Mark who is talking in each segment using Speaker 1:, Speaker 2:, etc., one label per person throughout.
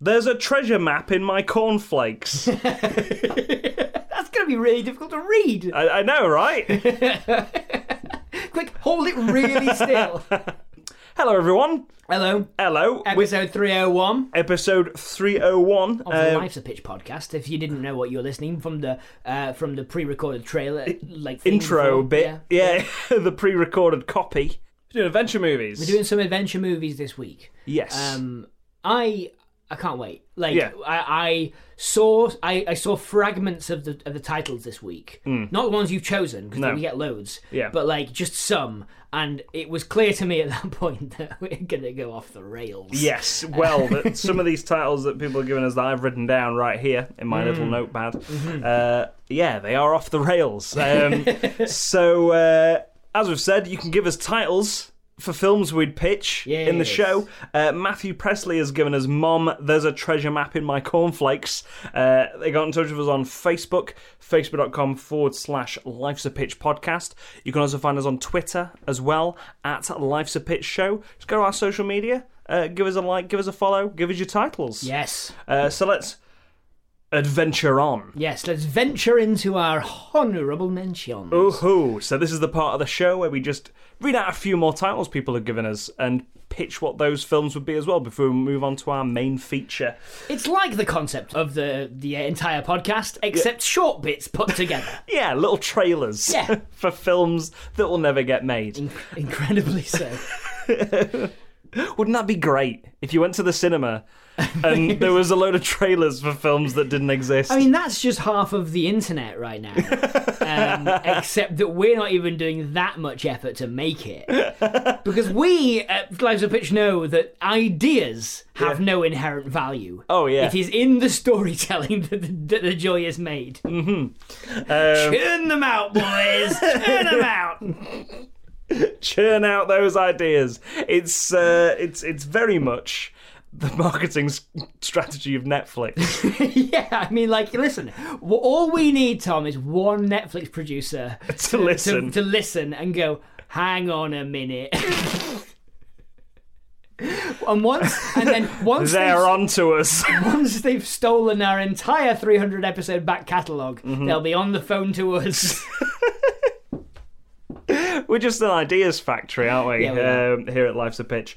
Speaker 1: there's a treasure map in my cornflakes.
Speaker 2: That's going to be really difficult to read!
Speaker 1: I, I know, right?
Speaker 2: Quick, hold it really still!
Speaker 1: Hello, everyone.
Speaker 2: Hello,
Speaker 1: Hello. With
Speaker 2: episode 301
Speaker 1: episode 301.
Speaker 2: of the
Speaker 1: um,
Speaker 2: Life's a Pitch podcast. If you didn't know what you were listening from the uh, from the pre recorded trailer, like thing
Speaker 1: intro
Speaker 2: before,
Speaker 1: bit. Yeah, the pre recorded copy. We're doing adventure movies.
Speaker 2: We're doing some adventure movies this week.
Speaker 1: Yes.
Speaker 2: Um, I I can't wait. Like
Speaker 1: Yeah.
Speaker 2: I, I saw I, I saw fragments of the of the titles this week. Not the ones you've chosen because
Speaker 1: Hmm. No.
Speaker 2: we get loads.
Speaker 1: Yeah.
Speaker 2: But like just some, and it was clear to me at that point that we're gonna go off the rails.
Speaker 1: Yes, well, that some of these titles that people are giving us that I've written down right here in my little notepad, uh, yeah, they are off the rails. Um, so, uh, as we've said, you can give us titles for films we'd pitch in the
Speaker 2: Yes.
Speaker 1: show. Uh, Matthew Presley has given us Mom, There's a Treasure Map in My Cornflakes. Uh, they got in touch with us on Facebook, facebook.com forward slash Life's a Pitch podcast. You can also find us on Twitter as well at Life's a Pitch Show. Just go to our social media, uh, give us a like, give us a follow, give us your titles.
Speaker 2: Yes.
Speaker 1: Uh, so let's adventure on.
Speaker 2: Yes. Let's venture into our honourable mentions.
Speaker 1: Oh. Ooh, so this is the part of the show where we just read out a few more titles people have given us and pitch what those films would be as well before we move on to our main feature.
Speaker 2: It's like the concept of the the entire podcast, except short bits put together.
Speaker 1: Yeah, little trailers
Speaker 2: Yeah. Mm.
Speaker 1: for films that will never get made.
Speaker 2: Incredibly so.
Speaker 1: Wouldn't that be great if you went to the cinema and there was a load of trailers for films that didn't exist?
Speaker 2: I mean, that's just half of the internet right now. um, except that we're not even doing that much effort to make it. Because we at Lives of Pitch know that ideas have no inherent value.
Speaker 1: Oh, yeah.
Speaker 2: It is in the storytelling that the, that the joy is made.
Speaker 1: Um,
Speaker 2: Churn them out, boys! Churn them out!
Speaker 1: churn out those ideas. It's uh, it's it's very much the marketing s- strategy of Netflix.
Speaker 2: yeah, I mean, like, listen, w- all we need, Tom, is one Netflix producer
Speaker 1: To listen.
Speaker 2: to, listen and go, hang on a minute. and once, and then once they've,
Speaker 1: They're on to us.
Speaker 2: once they've stolen our entire 300 episode back catalog
Speaker 1: Mm-hmm.
Speaker 2: they'll be on the phone to us.
Speaker 1: We're just an ideas factory, aren't we?
Speaker 2: Yeah, we are.
Speaker 1: um, here at Life's a Pitch.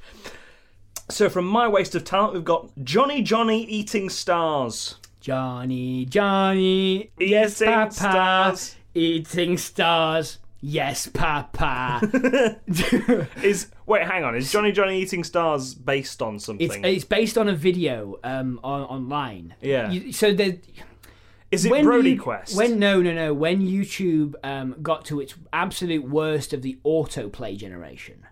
Speaker 1: So from my waste of talent, we've got Johnny Johnny eating stars.
Speaker 2: Johnny, Johnny, yes,
Speaker 1: Eating
Speaker 2: Papa,
Speaker 1: stars.
Speaker 2: eating stars. Yes, Papa.
Speaker 1: Is wait, hang on. Is Johnny Johnny eating stars based on
Speaker 2: It's,
Speaker 1: something?
Speaker 2: it's based on a video um, on, online.
Speaker 1: Yeah.
Speaker 2: You, so there,
Speaker 1: is it
Speaker 2: when
Speaker 1: Brody
Speaker 2: you-
Speaker 1: Quest?
Speaker 2: When no, no, no. When YouTube um, got to its absolute worst of the autoplay generation,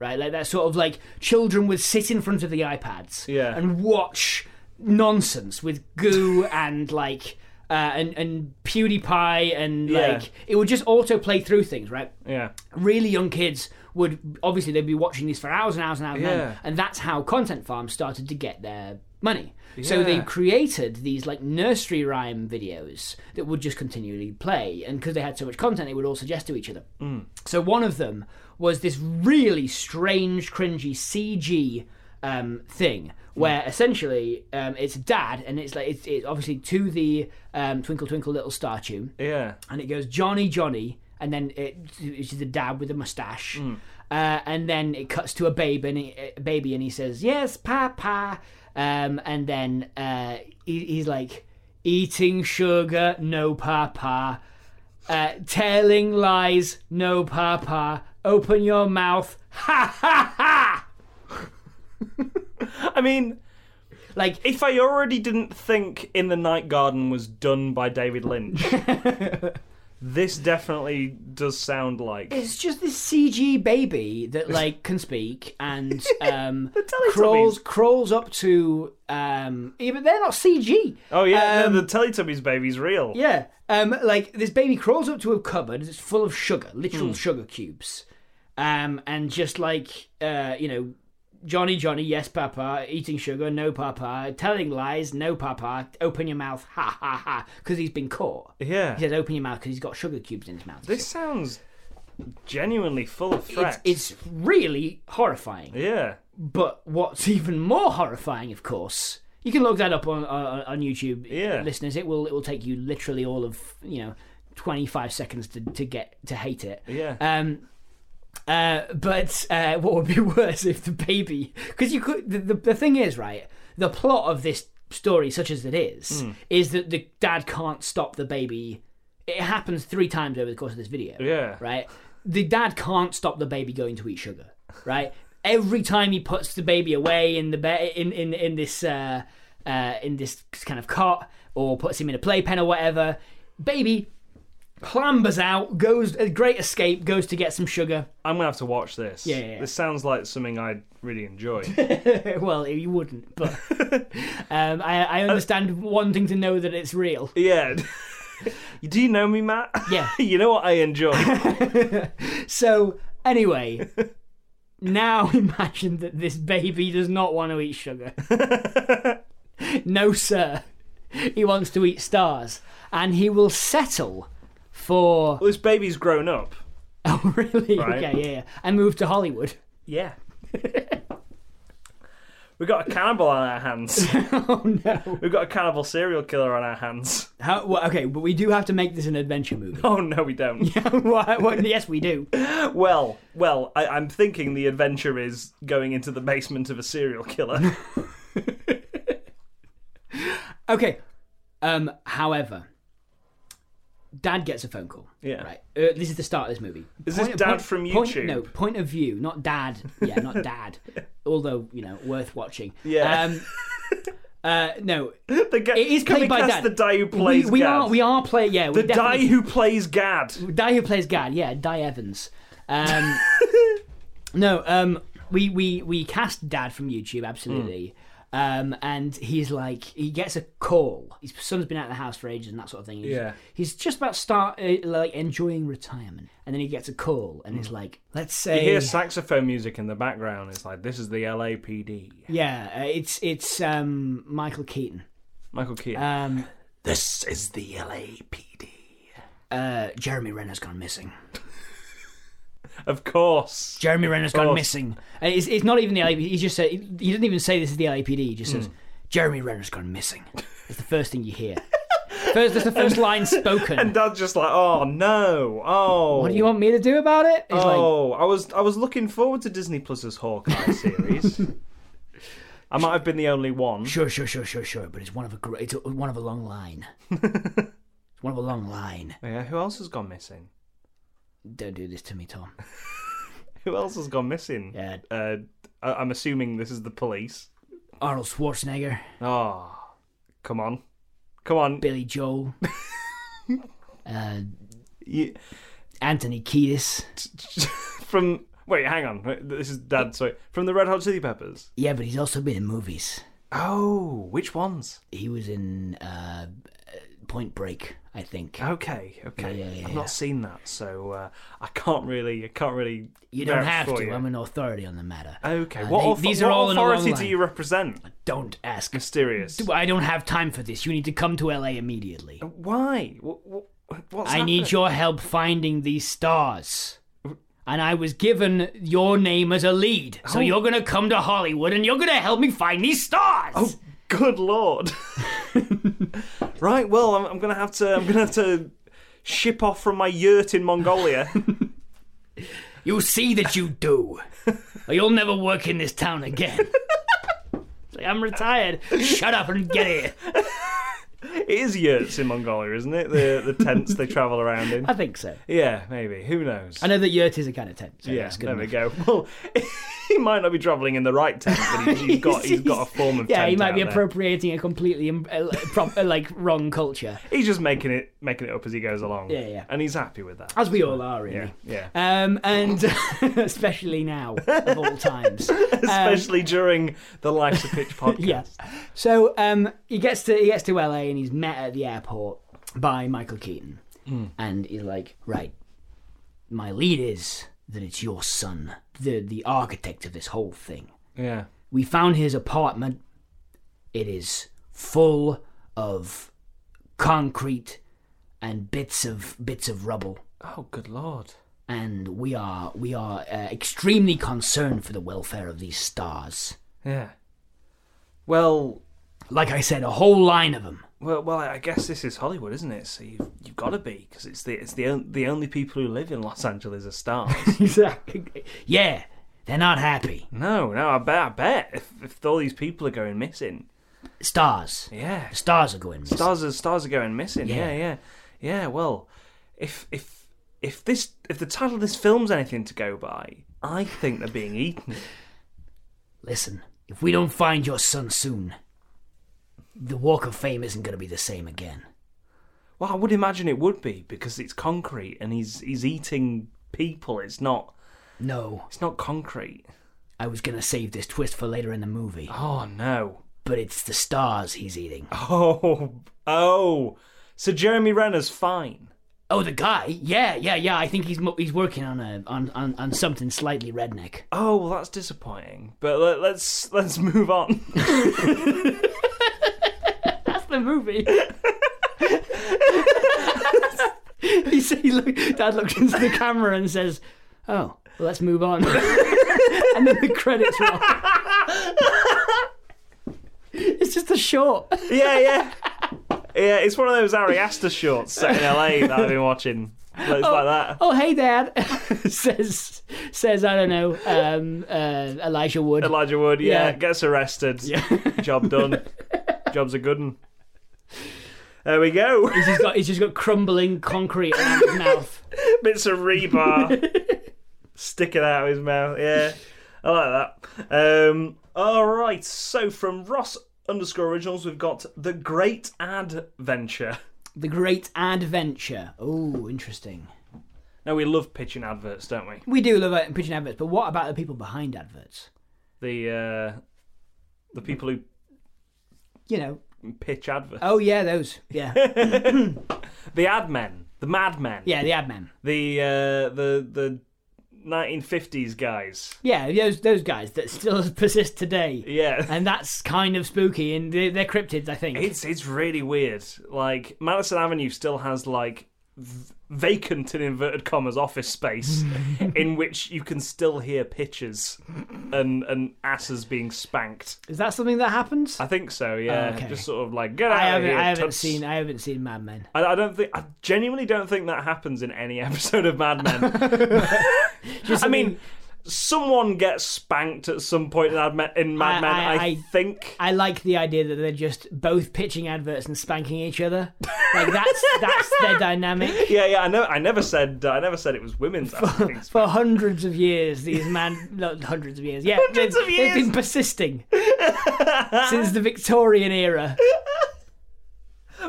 Speaker 2: right? Like that sort of like children would sit in front of the iPads,
Speaker 1: Yeah.
Speaker 2: and watch nonsense with goo and like. Uh, and and PewDiePie and
Speaker 1: Yeah.
Speaker 2: like it would just autoplay through things, right?
Speaker 1: yeah,
Speaker 2: really young kids would obviously they'd be watching these for hours and hours and hours and
Speaker 1: Yeah.
Speaker 2: hours, and that's how content farms started to get their money so they
Speaker 1: Yeah.
Speaker 2: created these like nursery rhyme videos that would just continually play and because they had so much content they would all suggest to each other
Speaker 1: Mm.
Speaker 2: so one of them was this really strange cringy cg um, thing where
Speaker 1: Mm.
Speaker 2: essentially um, it's dad and it's like it's, it's obviously to the um, twinkle twinkle little star tune
Speaker 1: yeah.
Speaker 2: and it goes Johnny Johnny, and then it, it's the dad with the mustache, uh, and then it cuts to a baby and he, a baby, and he says yes, Papa, um, and then uh, he, he's like eating sugar, no Papa, uh, telling lies, no Papa, open your mouth, ha ha ha.
Speaker 1: I mean,
Speaker 2: Like
Speaker 1: if I already didn't think In the Night Garden was done by David Lynch, This definitely does sound like.
Speaker 2: It's just this CG baby that like can speak and um,
Speaker 1: Teletubbies.
Speaker 2: crawls crawls up to um, even they're not CG.
Speaker 1: Oh yeah,
Speaker 2: um,
Speaker 1: no, the Teletubbies baby's real.
Speaker 2: yeah. Um, like this baby crawls up to a cupboard that's full of sugar, literal
Speaker 1: Hmm.
Speaker 2: sugar cubes, um, and just like uh, you know, Johnny, Johnny, yes, Papa, eating sugar, no, Papa, telling lies, no, Papa, open your mouth, ha ha ha, because he's been caught.
Speaker 1: Yeah.
Speaker 2: He says, "Open your mouth," because he's got sugar cubes in his mouth.
Speaker 1: This sounds genuinely full of threats.
Speaker 2: it's, it's really horrifying.
Speaker 1: Yeah.
Speaker 2: But what's even more horrifying, of course, you can look that up on on, on YouTube,
Speaker 1: Yeah.
Speaker 2: listeners. It will it will take you literally all of you know twenty five seconds to, to get to hate it.
Speaker 1: Yeah.
Speaker 2: Um, uh, but uh, what would be worse if the baby? Because you could. The, the, the thing is, right? The plot of this story, such as it is,
Speaker 1: Hmm.
Speaker 2: is that the dad can't stop the baby. It happens three times over the course of this video
Speaker 1: yeah.
Speaker 2: right? The dad can't stop the baby going to eat sugar, right? Every time he puts the baby away in the bed in in in this uh, uh, in this kind of cot or puts him in a playpen or whatever, baby clambers out, goes a great escape, goes to get some sugar.
Speaker 1: I'm gonna have to watch this.
Speaker 2: Yeah, yeah, yeah.
Speaker 1: This sounds like something I'd really enjoy.
Speaker 2: well, you wouldn't, but um, I, I understand wanting to know that it's real.
Speaker 1: yeah. Do you know me, Matt?
Speaker 2: Yeah.
Speaker 1: you know what I enjoy.
Speaker 2: So anyway. Now imagine that this baby does not want to eat sugar. no, sir. He wants to eat stars. And he will settle for.
Speaker 1: this baby's grown up.
Speaker 2: Oh, really?
Speaker 1: Right.
Speaker 2: Okay, yeah, yeah. And move to Hollywood.
Speaker 1: Yeah. We've got a cannibal on our hands.
Speaker 2: Oh, no.
Speaker 1: We've got a cannibal serial killer on our hands.
Speaker 2: How, well, okay, but we do have to make this an adventure movie.
Speaker 1: Oh no, we don't.
Speaker 2: Why- why- yes, we do.
Speaker 1: Well, well, I, I'm thinking the adventure is going into the basement of a serial killer.
Speaker 2: Okay. Um, however, Dad gets a phone call.
Speaker 1: Yeah.
Speaker 2: Right. Uh, this is the start of this movie.
Speaker 1: Is this Dad from YouTube?
Speaker 2: Point, no, point of view, not Dad. Yeah, not Dad. Although you know, worth watching.
Speaker 1: Yeah.
Speaker 2: Um, uh, no,
Speaker 1: The ga-
Speaker 2: It is
Speaker 1: Can we
Speaker 2: played by
Speaker 1: cast
Speaker 2: Dad.
Speaker 1: the guy who
Speaker 2: we,
Speaker 1: plays
Speaker 2: we
Speaker 1: Gad?
Speaker 2: are we are playing. Yeah, we
Speaker 1: the guy
Speaker 2: definitely-
Speaker 1: who plays Gad.
Speaker 2: Di who plays Gad, yeah, Di Evans. Um, no, um, we, we we cast Dad from YouTube, absolutely. Um, and he's like, he gets a call. His son's been out of the house for ages and that sort of thing. He's,
Speaker 1: Yeah.
Speaker 2: he's just about start uh, like enjoying retirement, and then he gets a call, and he's like, let's say,
Speaker 1: You hear saxophone music in the background. It's like this is the LAPD.
Speaker 2: yeah, uh, it's it's um, Michael Keaton,
Speaker 1: Michael Keaton.
Speaker 2: um,
Speaker 1: this is the LAPD.
Speaker 2: uh, Jeremy Renner's gone missing.
Speaker 1: Of course.
Speaker 2: Jeremy Renner's gone
Speaker 1: course.
Speaker 2: missing. And it's, it's not even the LAPD. He just said he didn't even say this is the LAPD. He just
Speaker 1: Mm.
Speaker 2: says Jeremy Renner's gone missing. It's the first thing you hear. first, that's the first line spoken.
Speaker 1: And Dad's just like, oh no, oh.
Speaker 2: what do you want me to do about it? He's like,
Speaker 1: Oh, I was I was looking forward to Disney Plus's Hawkeye series. I might have been the only one.
Speaker 2: sure, sure, sure, sure, sure. But it's one of a gr- it's a, one of a long line. it's one of a long line.
Speaker 1: Yeah, who else has gone missing?
Speaker 2: Don't do this to me, Tom.
Speaker 1: Who else has gone missing?
Speaker 2: Yeah,
Speaker 1: Uh, I- I'm assuming this is the police.
Speaker 2: Arnold Schwarzenegger,
Speaker 1: Oh, come on, come on.
Speaker 2: Billy Joel, uh,
Speaker 1: You-
Speaker 2: Anthony Kiedis.
Speaker 1: from wait, hang on. Wait, This is Dad. Sorry, from the Red Hot Chili Peppers.
Speaker 2: Yeah, but he's also been in movies.
Speaker 1: Oh, which ones?
Speaker 2: He was in uh, Point Break, I think.
Speaker 1: Ah, Okay, okay.
Speaker 2: Yeah, yeah, yeah,
Speaker 1: I've
Speaker 2: yeah.
Speaker 1: not seen that, so uh, I can't really, I can't really.
Speaker 2: You don't
Speaker 1: vouch
Speaker 2: have
Speaker 1: for
Speaker 2: to.
Speaker 1: you.
Speaker 2: I'm an authority on the matter.
Speaker 1: Okay.
Speaker 2: Uh,
Speaker 1: what
Speaker 2: they-
Speaker 1: author-
Speaker 2: these are
Speaker 1: what
Speaker 2: all in a long
Speaker 1: authority do
Speaker 2: line.
Speaker 1: you represent?
Speaker 2: Don't ask.
Speaker 1: Mysterious.
Speaker 2: I don't have time for this. You need to come to LA immediately.
Speaker 1: Oh, Why? What, what, what's
Speaker 2: I need your help finding these stars. And I was given your name as a lead.
Speaker 1: Oh.
Speaker 2: So you're going to come to Hollywood and you're going to help me find these stars.
Speaker 1: happening? Good lord. right. Well, I'm, I'm gonna have to. I'm gonna have to ship off from my yurt in Mongolia.
Speaker 2: You see that you do. or you'll never work in this town again. It's like, I'm retired. Shut up and get here.
Speaker 1: it is yurts in Mongolia, isn't it? The the tents they travel around in.
Speaker 2: I think so.
Speaker 1: Yeah, maybe. Who knows?
Speaker 2: I know that yurt is a kind of tent. So
Speaker 1: yeah,
Speaker 2: that's good
Speaker 1: there
Speaker 2: enough.
Speaker 1: we go. Well, he might not be travelling in the right tent, but he's, he's got he's got a form of
Speaker 2: yeah, he
Speaker 1: tent
Speaker 2: might be
Speaker 1: out there.
Speaker 2: appropriating a completely um, uh, pro- uh, like wrong culture,
Speaker 1: He's just making it making it up as he goes along.
Speaker 2: Yeah, yeah.
Speaker 1: And he's happy with that.
Speaker 2: as we all are, really.
Speaker 1: yeah, yeah.
Speaker 2: Um, and especially now of all times. Um,
Speaker 1: Especially during the Life's a Pitch podcast.
Speaker 2: Yes. So um, he gets to he gets to LA and he's met at the airport by Michael Keaton,
Speaker 1: Hmm.
Speaker 2: and he's like, "Right, my lead is that it's your son, the the architect of this whole thing.
Speaker 1: Yeah.
Speaker 2: We found his apartment. It is full of concrete and bits of bits of rubble."
Speaker 1: Oh, good lord.
Speaker 2: And we are we are uh, extremely concerned for the welfare of these stars.
Speaker 1: Yeah. Well,
Speaker 2: Like I said, a whole line of them.
Speaker 1: well, well. I guess this is Hollywood, isn't it? So you've, you've got to be because it's the it's the on, the only people who live in Los Angeles are stars.
Speaker 2: exactly. Yeah, they're not happy.
Speaker 1: no, no. I bet. I bet if, if all these people are going missing.
Speaker 2: Stars.
Speaker 1: Yeah.
Speaker 2: The stars are going missing.
Speaker 1: Stars are stars are going missing. Yeah.
Speaker 2: Yeah.
Speaker 1: yeah, yeah, Well, if if if this if the title of this film's anything to go by, I think they're being eaten.
Speaker 2: Listen, if we don't find your son soon, the Walk of Fame isn't going to be the same again.
Speaker 1: Well, I would imagine it would be because it's concrete and he's he's eating people. It's not
Speaker 2: No,
Speaker 1: it's not concrete.
Speaker 2: I was going to save this twist for later in the movie,
Speaker 1: Oh no.
Speaker 2: but it's the stars he's eating.
Speaker 1: Oh oh. So Jeremy Renner's fine.
Speaker 2: Oh, the guy? Yeah, yeah, yeah. I think he's mo- he's working on a on, on, on something slightly redneck.
Speaker 1: Oh, well, that's disappointing. But let, let's let's move on.
Speaker 2: That's the movie. he said, he look, Dad looks into the camera and says, "Oh, well, let's move on." and then the credits roll. it's just a short.
Speaker 1: yeah, yeah. Yeah, it's one of those Ari Aster shorts set in LA that I've been watching. It's like that.
Speaker 2: Oh, hey, Dad. says says I don't know. Um, uh, Elijah Wood.
Speaker 1: Elijah Wood, yeah,
Speaker 2: Yeah.
Speaker 1: gets arrested. Job done. Job's a good one. There we go.
Speaker 2: he's got he's just got crumbling concrete around his mouth.
Speaker 1: Bits of rebar sticking out of his mouth. Yeah, I like that. Um, all right, so from Ross underscore originals, we've got the Great Adventure.
Speaker 2: The Great Adventure. Oh, interesting.
Speaker 1: Now we love pitching adverts, don't we?
Speaker 2: We do love uh, pitching adverts, but what about the people behind adverts?
Speaker 1: The uh, the people who
Speaker 2: You know,
Speaker 1: pitch adverts.
Speaker 2: Oh yeah, those. Yeah,
Speaker 1: The ad men, the madmen,
Speaker 2: yeah, the ad man.
Speaker 1: the uh, the the 1950s guys.
Speaker 2: Yeah, those those guys that still persist today,
Speaker 1: Yeah,
Speaker 2: and that's kind of spooky. And they- they're cryptids, I think.
Speaker 1: it's it's really weird. Like Madison Avenue still has like v- vacant in inverted commas office space in which you can still hear pitches and and asses being spanked.
Speaker 2: Is that something that happens?
Speaker 1: I think so. Yeah,
Speaker 2: Okay.
Speaker 1: just sort of like get out
Speaker 2: I
Speaker 1: of
Speaker 2: haven't,
Speaker 1: here.
Speaker 2: I haven't
Speaker 1: toots.
Speaker 2: seen, I haven't seen Mad Men.
Speaker 1: I, I don't think. I genuinely don't think that happens in any episode of Mad Men. I mean, someone gets spanked at some point in, Ad Men, in Mad
Speaker 2: I-
Speaker 1: Men,
Speaker 2: I-
Speaker 1: I,
Speaker 2: I-
Speaker 1: think.
Speaker 2: I like the idea that they're just both pitching adverts and spanking each other. Like that's that's their dynamic.
Speaker 1: yeah, yeah. I know. I never said. uh, I never said it was women's. asking things.
Speaker 2: For hundreds of years, these man, not hundreds of years, yeah,
Speaker 1: Hundreds
Speaker 2: they've,
Speaker 1: of
Speaker 2: they've
Speaker 1: years.
Speaker 2: been persisting since the Victorian era.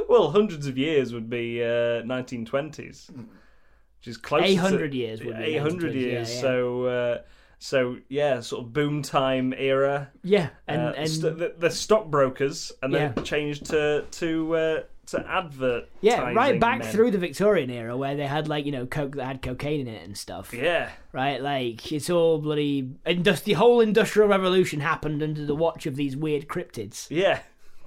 Speaker 1: well, hundreds of years would be uh, 1920s, which is close.
Speaker 2: 800 years would be
Speaker 1: 800
Speaker 2: 1920s, yeah,
Speaker 1: years.
Speaker 2: yeah.
Speaker 1: So. Uh, so yeah, sort of boom time era.
Speaker 2: Yeah, and,
Speaker 1: Uh,
Speaker 2: and
Speaker 1: st- the, the stockbrokers, and then
Speaker 2: Yeah.
Speaker 1: changed to to uh, to advert.
Speaker 2: Yeah, right back through the Victorian era where they had like you know coke that had cocaine in it and stuff.
Speaker 1: Yeah,
Speaker 2: Right, like it's all bloody. Indus- the whole industrial revolution happened under the watch of these weird cryptids.
Speaker 1: yeah.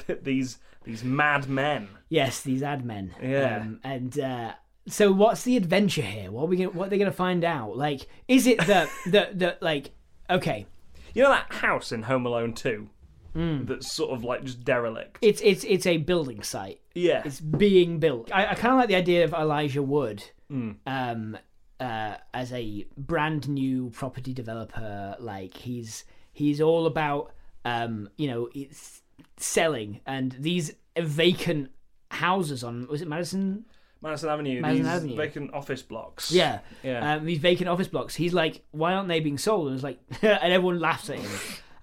Speaker 1: these these mad men.
Speaker 2: Yes, these ad men.
Speaker 1: Yeah.
Speaker 2: and uh, so, what's the adventure here? What are we? Gonna, what are they going to find out? Like, is it that that that like? Okay,
Speaker 1: You know that house in Home Alone Two
Speaker 2: Hmm.
Speaker 1: that's sort of like just derelict.
Speaker 2: it's it's it's a building site.
Speaker 1: Yeah,
Speaker 2: It's being built. I, I kind of like the idea of Elijah Wood um, uh, as a brand new property developer. Like he's he's all about um, you know it's selling and these vacant houses on was it Madison
Speaker 1: Madison Avenue,
Speaker 2: Madison
Speaker 1: these
Speaker 2: Avenue.
Speaker 1: vacant office blocks.
Speaker 2: Yeah.
Speaker 1: Yeah.
Speaker 2: Um, these vacant office blocks. He's like, why aren't they being sold? And it's like, and everyone laughs at him.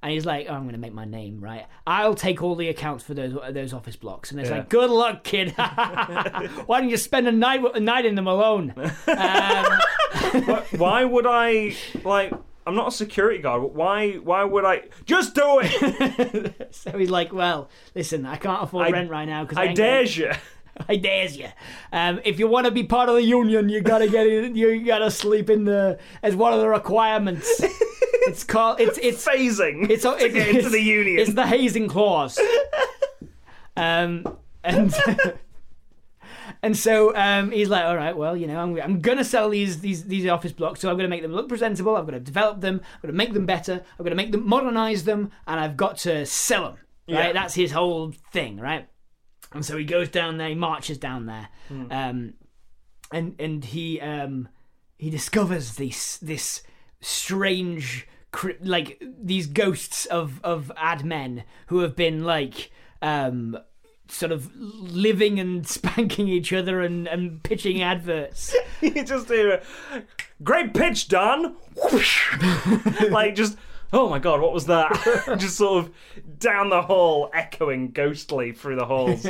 Speaker 2: And he's like, oh, I'm going to make my name, right? I'll take all the accounts for those those office blocks. And it's
Speaker 1: Yeah.
Speaker 2: like, good luck, kid. why don't you spend a night a night in them alone? um,
Speaker 1: Why- why would I like? I'm not a security guard, but why? Why would I just do it?
Speaker 2: so he's like, well, listen, I can't afford
Speaker 1: I-
Speaker 2: rent right now because
Speaker 1: I dares you.
Speaker 2: I dares you. Um, if you want to be part of the union, you gotta get in, you gotta sleep in the as one of the requirements. it's called it's it's
Speaker 1: Phasing.
Speaker 2: it's, it's,
Speaker 1: to get into the union.
Speaker 2: It's the hazing clause. um, and and so um, he's like, all right, well, you know, I'm, I'm gonna sell these these these office blocks, so I'm gonna make them look presentable. I'm gonna develop them. I'm gonna make them better. I'm gonna make them modernize them, and I've got to sell them. Right,
Speaker 1: Yeah.
Speaker 2: that's his whole thing, right? And so he goes down there, he marches down there, um, and and he um, he discovers this this strange cri- like these ghosts of of ad men who have been like um sort of living and spanking each other and, and pitching adverts
Speaker 1: you just hear, a, great pitch, Don. like just, oh my god, what was that? just sort of down the hall, echoing ghostly through the halls.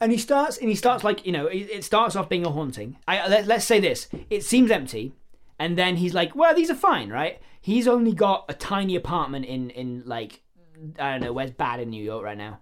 Speaker 2: and he starts and he starts like you know it, it starts off being a haunting I, uh, let, let's say this it seems empty and then he's like well these are fine right he's only got a tiny apartment in in like i don't know where's bad in new york right now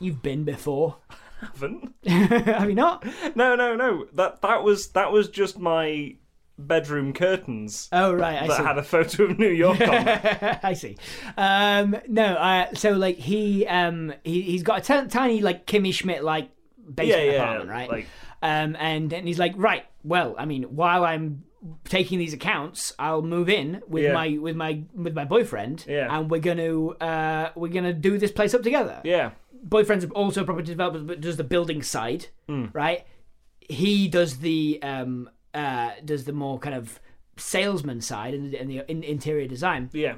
Speaker 2: you've been before
Speaker 1: Haven't?
Speaker 2: have you not
Speaker 1: No, no, no. That that was that was just my bedroom curtains
Speaker 2: oh right i
Speaker 1: that
Speaker 2: see
Speaker 1: had a photo of New York on. them.
Speaker 2: I see. Um, no, uh, so like he um, he he's got a t- tiny like Kimmy Schmidt like basement
Speaker 1: Yeah, yeah,
Speaker 2: apartment, right?
Speaker 1: like-
Speaker 2: um, and and he's like, right, well, I mean, while I'm taking these accounts, I'll move in with
Speaker 1: Yeah.
Speaker 2: my with my with my boyfriend,
Speaker 1: Yeah.
Speaker 2: and we're gonna uh, we're gonna do this place up together.
Speaker 1: Yeah.
Speaker 2: Boyfriend's also a property developer, but does the building side,
Speaker 1: Hmm.
Speaker 2: right? He does the um, uh, does the more kind of salesman side and, and the in, interior design
Speaker 1: Yeah.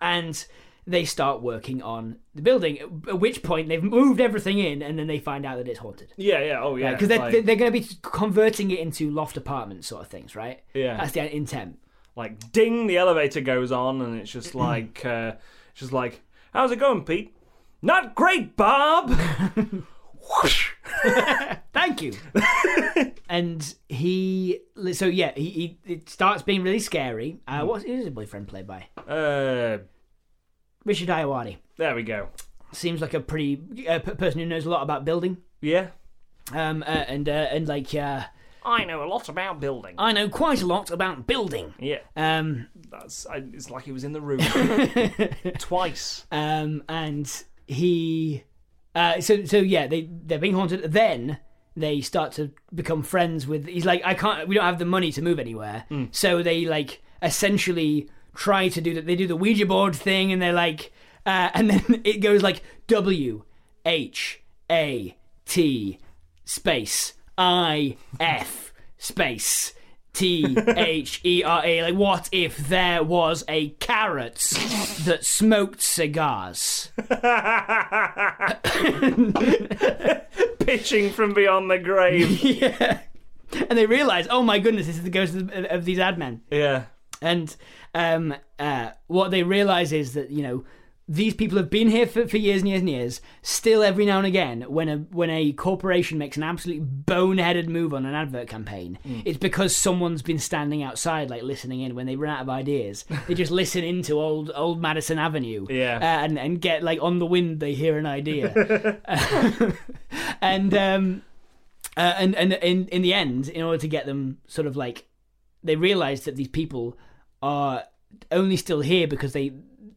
Speaker 2: and they start working on the building. At which point they've moved everything in, and then they find out that it's haunted
Speaker 1: Yeah, yeah, oh yeah.
Speaker 2: because they're,
Speaker 1: like,
Speaker 2: they're going to be converting it into loft apartments, sort of things, right?
Speaker 1: Yeah.
Speaker 2: that's the intent.
Speaker 1: like ding the elevator goes on and it's just like uh it's just like how's it going pete not great bob Whoosh.
Speaker 2: Thank you. and he, so yeah, he, he it starts being really scary.
Speaker 1: Hmm.
Speaker 2: Uh, what is his boyfriend played by?
Speaker 1: uh
Speaker 2: Richard Iowati.
Speaker 1: there we go
Speaker 2: Seems like a pretty uh, p- person who knows a lot about building.
Speaker 1: yeah
Speaker 2: Um, uh, and uh, and like uh,
Speaker 1: i know a lot about building
Speaker 2: I know quite a lot about building.
Speaker 1: yeah
Speaker 2: Um,
Speaker 1: that's I, it's like he was in the room twice
Speaker 2: um, and he uh, so so yeah they they're being haunted then they start to become friends with he's like i can't we don't have the money to move anywhere so they like essentially try to do that they do the ouija board thing and they're like uh, and then it goes like w h a t space i f space T H E R A. Like, what if there was a carrot that smoked cigars?
Speaker 1: pitching from beyond the grave
Speaker 2: yeah. And they realize, oh my goodness, this is the ghost of, of these ad men.
Speaker 1: yeah
Speaker 2: And um, uh, what they realize is that you know these people have been here for, for years and years and years. Still, every now and again, when a when a corporation makes an absolute boneheaded move on an advert campaign, it's because someone's been standing outside, like listening in. When they run out of ideas, they just listen into old old Madison Avenue,
Speaker 1: Yeah.
Speaker 2: uh, and and get like on the wind. They hear an idea, and um, uh, and and in in the end, in order to get them sort of like they realize that these people are only still here because they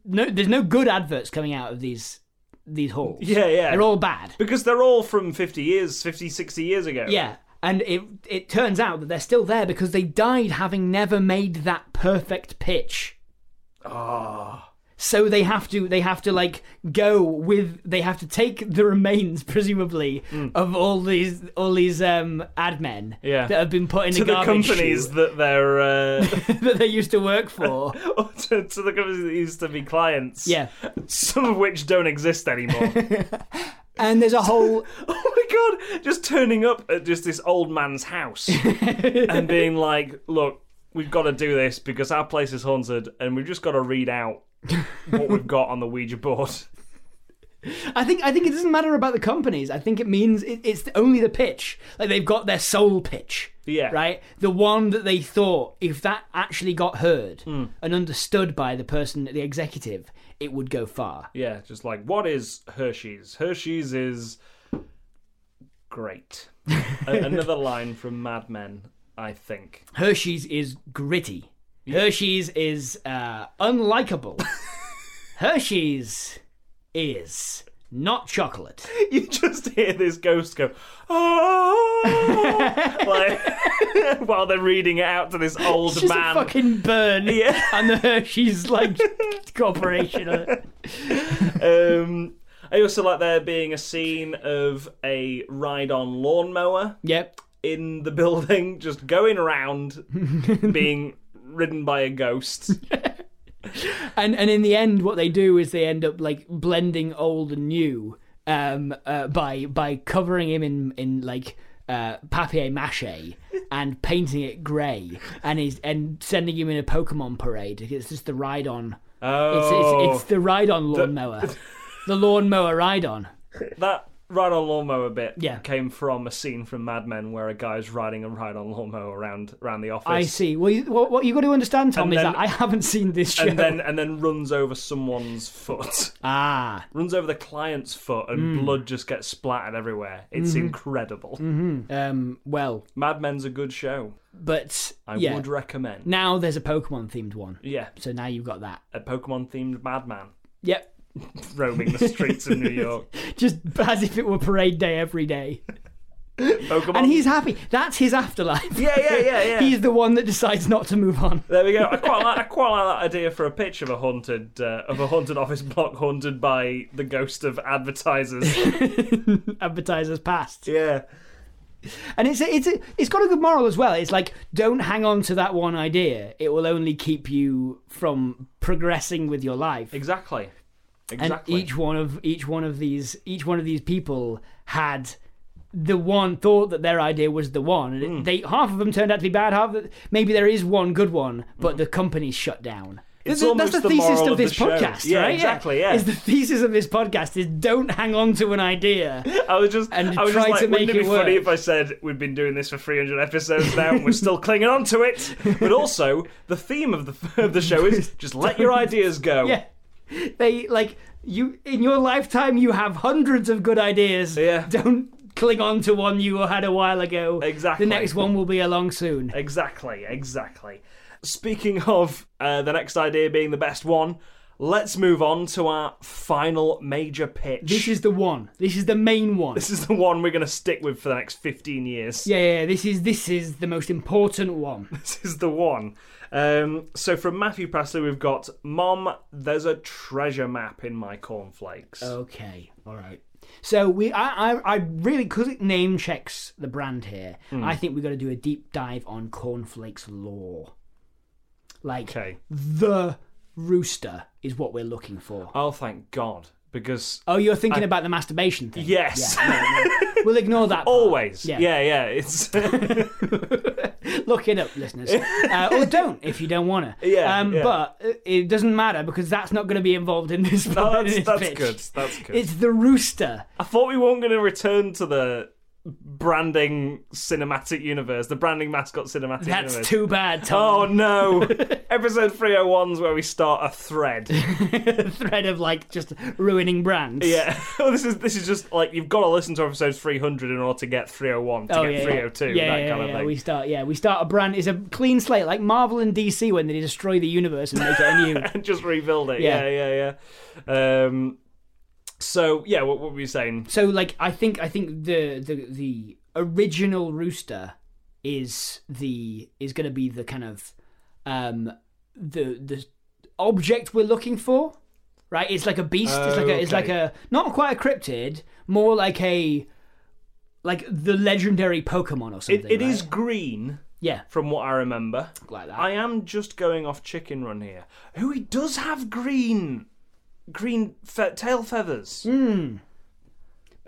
Speaker 2: no there's no good adverts coming out of these these halls.
Speaker 1: yeah yeah
Speaker 2: They're all bad.
Speaker 1: because they're all from 50 years 50 60 years ago
Speaker 2: Yeah. And it it turns out that they're still there because they died having never made that perfect pitch.
Speaker 1: oh
Speaker 2: So they have to they have to like go with they have to take the remains presumably of all these all these um ad men
Speaker 1: Mm. Yeah.
Speaker 2: that have been put in
Speaker 1: to
Speaker 2: the
Speaker 1: the
Speaker 2: garbage
Speaker 1: companies that they're uh,
Speaker 2: chute that they used to work for.
Speaker 1: to, to the companies that used to be clients
Speaker 2: yeah.
Speaker 1: some of which don't exist anymore.
Speaker 2: and there's a whole
Speaker 1: Oh my god! Just turning up at just this old man's house and being like, "Look, we've got to do this because our place is haunted, and we've just got to read out what we've got on the Ouija board."
Speaker 2: I think I think it doesn't matter about the companies. I think it means it, it's only the pitch. Like they've got their sole pitch.
Speaker 1: Yeah.
Speaker 2: Right. The one that they thought, if that actually got heard
Speaker 1: Hmm.
Speaker 2: and understood by the person, the executive, it would go far.
Speaker 1: Yeah, just like what is Hershey's? Hershey's is great. A- Another line from Mad Men, I think.
Speaker 2: Hershey's is gritty. Hershey's is uh, unlikable. Hershey's is not chocolate.
Speaker 1: You just hear this ghost go, oh, like while they're reading it out to this old
Speaker 2: It's just
Speaker 1: man.
Speaker 2: a fucking burn.
Speaker 1: Yeah.
Speaker 2: And the Hershey's like corporation. uh,
Speaker 1: um, I also like there being a scene of a ride-on lawnmower
Speaker 2: Yep.
Speaker 1: in the building, just going around, being ridden by a ghost.
Speaker 2: and and in the end, what they do is they end up like blending old and new um, uh, by by covering him in in like uh, papier mâché and painting it grey, and he's and sending him in a Pokemon parade. It's just the ride on. It's,
Speaker 1: Oh,
Speaker 2: it's, it's the ride on lawnmower, the, lawnmower ride on.
Speaker 1: that ride-on lawnmower bit
Speaker 2: Yeah.
Speaker 1: came from a scene from Mad Men where a guy's riding a ride-on lawnmower around around the office.
Speaker 2: I see. Well, you, what, what you got to understand, Tom,
Speaker 1: And
Speaker 2: is
Speaker 1: then-
Speaker 2: that I haven't seen this show.
Speaker 1: And then and then runs over someone's foot.
Speaker 2: ah,
Speaker 1: runs over the client's foot and
Speaker 2: Hmm.
Speaker 1: blood just gets splattered everywhere. It's
Speaker 2: Mm-hmm.
Speaker 1: incredible.
Speaker 2: um, well,
Speaker 1: Mad Men's a good show.
Speaker 2: but
Speaker 1: I
Speaker 2: yeah.
Speaker 1: would recommend.
Speaker 2: Now there's a Pokemon themed one,
Speaker 1: Yeah,
Speaker 2: so now you've got that.
Speaker 1: a Pokemon themed madman
Speaker 2: Yep.
Speaker 1: roaming the streets of New York.
Speaker 2: just as if it were parade day every day.
Speaker 1: Pokemon.
Speaker 2: And he's happy. That's his afterlife.
Speaker 1: yeah, yeah, yeah, yeah.
Speaker 2: He's the one that decides not to move on.
Speaker 1: There we go. I quite like, I quite like that idea for a pitch of a haunted uh, of a haunted office block haunted by the ghost of advertisers.
Speaker 2: Advertisers passed.
Speaker 1: yeah.
Speaker 2: And it's a, it's a, it's got a good moral as well. It's like don't hang on to that one idea. It will only keep you from progressing with your life.
Speaker 1: Exactly.
Speaker 2: And
Speaker 1: Exactly.
Speaker 2: each one of each one of these each one of these people had the one thought that their idea was the one, and it-
Speaker 1: Hmm.
Speaker 2: they half of them turned out to be bad. Half of the, maybe there is one good one, but the company's shut down.
Speaker 1: Hmm. It's
Speaker 2: That's-
Speaker 1: almost
Speaker 2: that's the
Speaker 1: the
Speaker 2: thesis
Speaker 1: moral
Speaker 2: of
Speaker 1: of the
Speaker 2: this
Speaker 1: show.
Speaker 2: podcast,
Speaker 1: Yeah,
Speaker 2: right?
Speaker 1: exactly, yeah.
Speaker 2: is the thesis of this podcast is don't hang on to an idea.
Speaker 1: I was just
Speaker 2: and
Speaker 1: I was just
Speaker 2: try
Speaker 1: like,
Speaker 2: to
Speaker 1: wouldn't
Speaker 2: make
Speaker 1: it be
Speaker 2: it
Speaker 1: funny
Speaker 2: work?
Speaker 1: if I said we've been doing this for 300 episodes now and we're still clinging on to it? But also, the theme of the of the show is just let your ideas go.
Speaker 2: Yeah, they like you in your lifetime. You have hundreds of good ideas.
Speaker 1: Yeah.
Speaker 2: don't cling on to one you had a while ago.
Speaker 1: Exactly.
Speaker 2: the next one will be along soon.
Speaker 1: Exactly, exactly. Speaking of uh, the next idea being the best one, let's move on to our final major pitch.
Speaker 2: This is the one. This is the main one.
Speaker 1: This is the one we're going to stick with for the next 15 years.
Speaker 2: Yeah, yeah, this is this is the most important one.
Speaker 1: This is the one. Um, so from Matthew Presley, we've got Mom, there's a treasure map in my cornflakes.
Speaker 2: Oh. Okay, all right. So we, I, I, I really because it name checks the brand here.
Speaker 1: Hmm.
Speaker 2: I think we got to do a deep dive on cornflakes lore. Like
Speaker 1: Okay.
Speaker 2: the rooster is what we're looking for.
Speaker 1: Oh, thank God. Because
Speaker 2: Oh, you're thinking about the masturbation thing.
Speaker 1: yes,
Speaker 2: we'll ignore that. part.
Speaker 1: always.
Speaker 2: Yeah.
Speaker 1: Yeah, yeah. It's
Speaker 2: Look it up, listeners, uh, or don't if you don't want to.
Speaker 1: Yeah,
Speaker 2: Um,
Speaker 1: yeah.
Speaker 2: But uh, it doesn't matter because that's not going to be involved in this.
Speaker 1: Oh,
Speaker 2: in
Speaker 1: that's,
Speaker 2: this
Speaker 1: that's
Speaker 2: pitch.
Speaker 1: good. That's good.
Speaker 2: It's the rooster.
Speaker 1: I thought we weren't going to return to the branding cinematic universe, the branding mascot cinematic universe.
Speaker 2: That's too bad,
Speaker 1: Oh
Speaker 2: Tom.
Speaker 1: no! Episode 301's where we start a thread.
Speaker 2: the threat of like just ruining brands.
Speaker 1: Oh. Yeah. Oh, this is this is just like you've got to listen to episode 300 in order to get 301 to
Speaker 2: Oh,
Speaker 1: get
Speaker 2: yeah,
Speaker 1: 302.
Speaker 2: yeah, yeah,
Speaker 1: that
Speaker 2: yeah,
Speaker 1: kind of
Speaker 2: yeah.
Speaker 1: thing.
Speaker 2: We start, yeah, we start a brand. It's a clean slate, like Marvel and DC when they destroy the universe and make it anew.
Speaker 1: and just rebuild it.
Speaker 2: Yeah.
Speaker 1: Yeah, yeah, yeah. Um, so yeah, what, what were you saying?
Speaker 2: So, like, I think, I think the the the original rooster is the is going to be the kind of um the the object we're looking for, right? It's like a beast. it's like a, it's like
Speaker 1: Okay.
Speaker 2: a not quite a cryptid, more like a like the legendary Pokemon or something.
Speaker 1: It, it
Speaker 2: right?
Speaker 1: is green
Speaker 2: yeah,
Speaker 1: from what I remember.
Speaker 2: like that.
Speaker 1: I am just going off Chicken Run here. Who he Mm. does have green, green fe- tail feathers.
Speaker 2: I mean,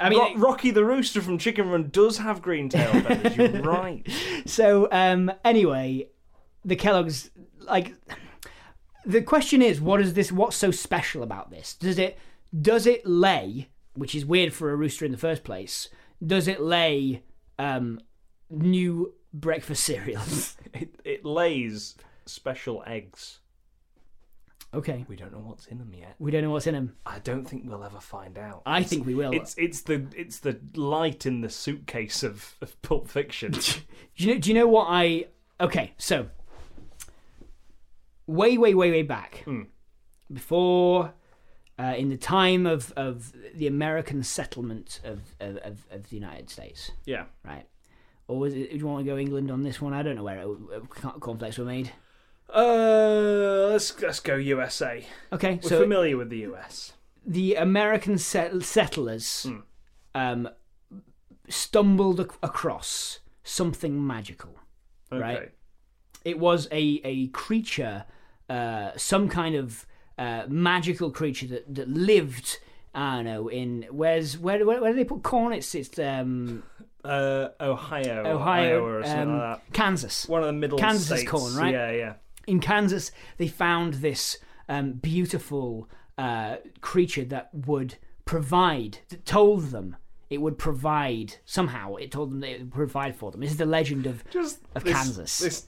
Speaker 1: Ro- Rocky the Rooster from Chicken Run does have green tail feathers. You're right.
Speaker 2: So um, anyway, the Kellogg's like the question is, what is this? What's so special about this? Does it does it lay, which is weird for a rooster in the first place? Does it lay um, new breakfast cereals?
Speaker 1: It, it lays special eggs.
Speaker 2: okay,
Speaker 1: We don't know what's in them yet.
Speaker 2: we don't know what's in them.
Speaker 1: I don't think we'll ever find out.
Speaker 2: I think we will.
Speaker 1: It's it's the it's the light in the suitcase of, of Pulp Fiction.
Speaker 2: Do you know? Do you know what I? Okay, so way, way, way, way back, before uh, in the time of, of the American settlement of, of, of, of the United States,
Speaker 1: yeah.
Speaker 2: right? Or was it? Do you want to go England on this one? I don't know where it, uh, cornflakes were made.
Speaker 1: Uh, let's let's go USA.
Speaker 2: Okay,
Speaker 1: We're
Speaker 2: so
Speaker 1: familiar with the US.
Speaker 2: the American set- settlers um, stumbled ac- across something magical.
Speaker 1: Okay.
Speaker 2: Right. it was a a creature, uh, some kind of uh, magical creature that that lived. I don't know in where's where where, where do they put corn? It's it's um,
Speaker 1: Uh, Ohio,
Speaker 2: Ohio,
Speaker 1: Iowa or something
Speaker 2: um,
Speaker 1: like that.
Speaker 2: Kansas.
Speaker 1: One of the middle
Speaker 2: Kansas
Speaker 1: states.
Speaker 2: corn, right?
Speaker 1: Yeah, yeah.
Speaker 2: In Kansas, they found this um, beautiful uh, creature that would provide. That told them it would provide somehow. It told them that it would provide for them. This is the legend of
Speaker 1: Just
Speaker 2: Of
Speaker 1: this-
Speaker 2: Kansas.
Speaker 1: This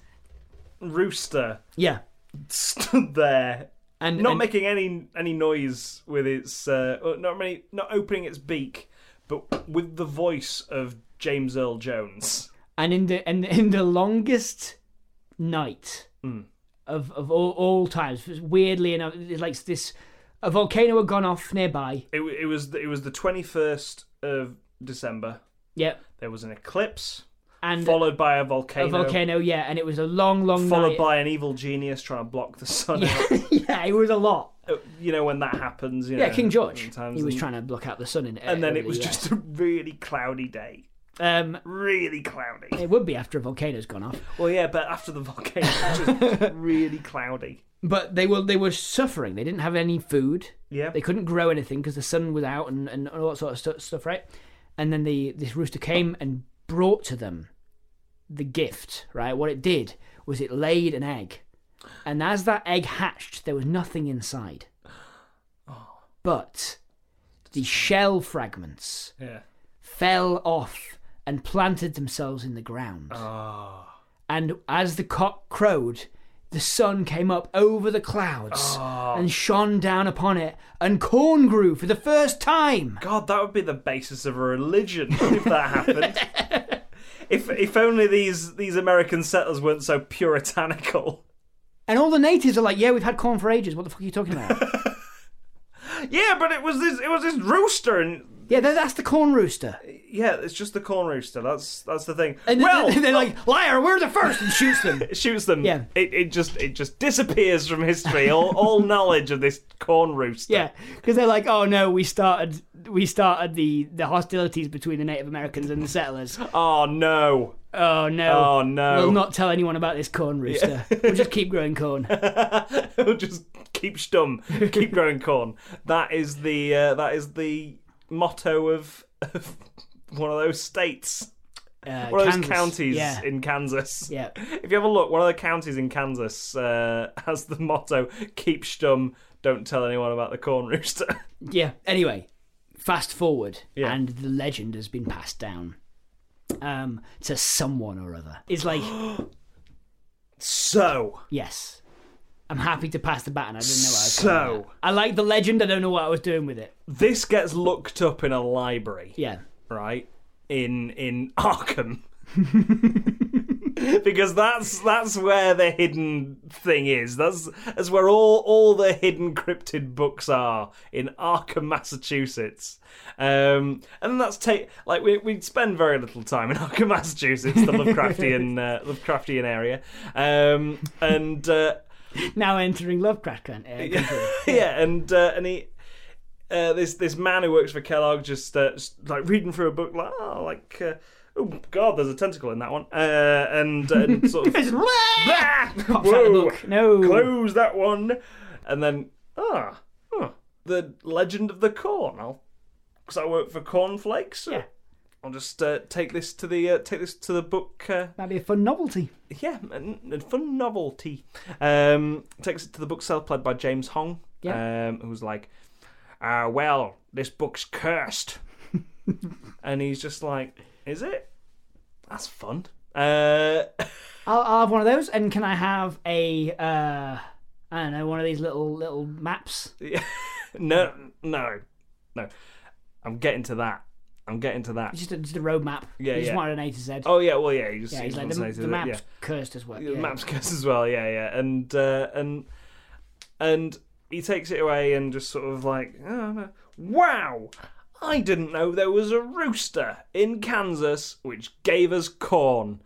Speaker 1: rooster
Speaker 2: yeah.
Speaker 1: stood there,
Speaker 2: And
Speaker 1: not
Speaker 2: and-
Speaker 1: making any any noise with its uh, uh, not really, not opening its beak, but with the voice of James Earl Jones.
Speaker 2: and in the and in the longest night
Speaker 1: Hmm.
Speaker 2: of of all, all times, weirdly enough, it's like this, a volcano had gone off nearby.
Speaker 1: It, w- it was it was the twenty first of December.
Speaker 2: Yep,
Speaker 1: There was an eclipse,
Speaker 2: and
Speaker 1: followed by a
Speaker 2: a
Speaker 1: volcano,
Speaker 2: volcano. Yeah, and it was a long, long
Speaker 1: followed
Speaker 2: night.
Speaker 1: by an evil genius trying to block the sun. out.
Speaker 2: yeah, yeah, it was a lot.
Speaker 1: Uh, You know when that happens. You
Speaker 2: Yeah,
Speaker 1: know,
Speaker 2: King George.
Speaker 1: sometimes
Speaker 2: He was
Speaker 1: and-
Speaker 2: trying to block out the sun, in,
Speaker 1: and then it was just a really cloudy day.
Speaker 2: Um,
Speaker 1: Really cloudy.
Speaker 2: it would be after a volcano's gone off.
Speaker 1: Well, yeah, but after the volcano, it was just really cloudy.
Speaker 2: But they were they were suffering. They didn't have any food.
Speaker 1: Yeah.
Speaker 2: They couldn't grow anything because the sun was out and, and all that sort of stu- stuff, right? And then the this rooster came and brought to them the gift, right? What it did was it laid an egg, and as that egg hatched, there was nothing inside, but the shell fragments
Speaker 1: Yeah.
Speaker 2: fell off and planted themselves in the ground.
Speaker 1: Oh.
Speaker 2: And as the cock crowed, the sun came up over the clouds
Speaker 1: Ah.
Speaker 2: and shone down upon it, and corn grew for the first time.
Speaker 1: God, that would be the basis of a religion if that happened. if if only these these American settlers weren't so puritanical.
Speaker 2: And all the natives are like, "Yeah, we've had corn for ages. What the fuck are you talking about?"
Speaker 1: Yeah, but it was this it was this rooster and
Speaker 2: yeah, that- that's the corn rooster.
Speaker 1: yeah, it's just the corn rooster. That's that's the thing.
Speaker 2: And
Speaker 1: well, oh.
Speaker 2: they're, they're like, "Liar, we're the first and shoots them.
Speaker 1: it shoots them.
Speaker 2: Yeah.
Speaker 1: It it just it just disappears from history. All all knowledge of this corn rooster.
Speaker 2: yeah, because they're like, "Oh no, we started, we started the the hostilities between the Native Americans and the settlers.
Speaker 1: Oh no.
Speaker 2: Oh no,
Speaker 1: Oh no.
Speaker 2: we'll not tell anyone about this corn rooster. we'll just keep growing corn." Uh,
Speaker 1: just keep stum, keep growing corn. That is the uh, that is the motto of, of one of those states,
Speaker 2: Uh,
Speaker 1: one of those
Speaker 2: Kansas.
Speaker 1: counties
Speaker 2: Yeah.
Speaker 1: in Kansas.
Speaker 2: Yeah.
Speaker 1: If you have a look, one of the counties in Kansas uh, has the motto "Keep stum, don't tell anyone about the corn rooster."
Speaker 2: Yeah. Anyway, fast forward,
Speaker 1: Yeah.
Speaker 2: and the legend has been passed down um, to someone or other. It's like,
Speaker 1: So,
Speaker 2: yes, I'm happy to pass the baton. I didn't know what I was doing.
Speaker 1: so
Speaker 2: I like the legend. I don't know what I was doing with it.
Speaker 1: this gets looked up in a library.
Speaker 2: Yeah.
Speaker 1: right in in Arkham because that's that's where the hidden thing is that's that's where all all the hidden cryptid books are in Arkham Massachusetts um and that's take like we we spend very little time in Arkham Massachusetts the Lovecraftian uh, Lovecraftian area um and uh
Speaker 2: Now entering Lovecraft uh, country.
Speaker 1: yeah, and uh, and he. Uh, this this man who works for Kellogg just, uh, s- like reading through a book like oh like uh, oh god there's a tentacle in that one uh, and and sort of Ah!
Speaker 2: Pops out the
Speaker 1: Whoa!
Speaker 2: book. No.
Speaker 1: close that one and then ah huh, the legend of the corn I'll because I work for Cornflakes. so
Speaker 2: Yeah.
Speaker 1: I'll just uh, take this to the uh, take this to the book. Uh,
Speaker 2: That'd be a fun novelty.
Speaker 1: yeah, and, and fun novelty. Um, takes it to the book seller played by James Hong.
Speaker 2: Yeah.
Speaker 1: Um, who's like, ah, well, this book's cursed, and he's just like, is it? That's fun. Uh,
Speaker 2: I'll, I'll have one of those. And can I have a uh, I don't know, one of these little little maps?
Speaker 1: no, no, no. I'm getting to that. I'm getting to that.
Speaker 2: Just a, just a road map.
Speaker 1: Yeah,
Speaker 2: You just
Speaker 1: yeah.
Speaker 2: wanted an A to Z.
Speaker 1: Oh yeah, well yeah, you just
Speaker 2: yeah,
Speaker 1: you
Speaker 2: he's
Speaker 1: just
Speaker 2: like
Speaker 1: want
Speaker 2: the,
Speaker 1: to say
Speaker 2: the
Speaker 1: that,
Speaker 2: map's
Speaker 1: yeah.
Speaker 2: cursed as well.
Speaker 1: The
Speaker 2: Yeah.
Speaker 1: maps curse as well yeah yeah and uh, and and he takes it away and just sort of like "Oh, no. wow i didn't know there was a rooster in kansas which gave us corn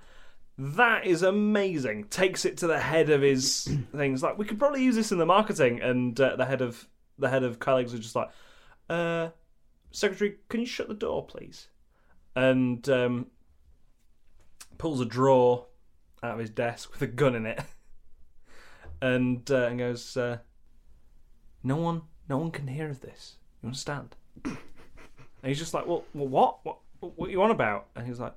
Speaker 1: that is amazing takes it to the head of his things like we could probably use this in the marketing and uh, the head of the head of colleagues are just like uh secretary can you shut the door please and um pulls a drawer out of his desk with a gun in it, and uh, and goes, uh, "No one, no one can hear of this. You understand?" and he's just like, "Well, well, what, what, what you on about?" And he's like,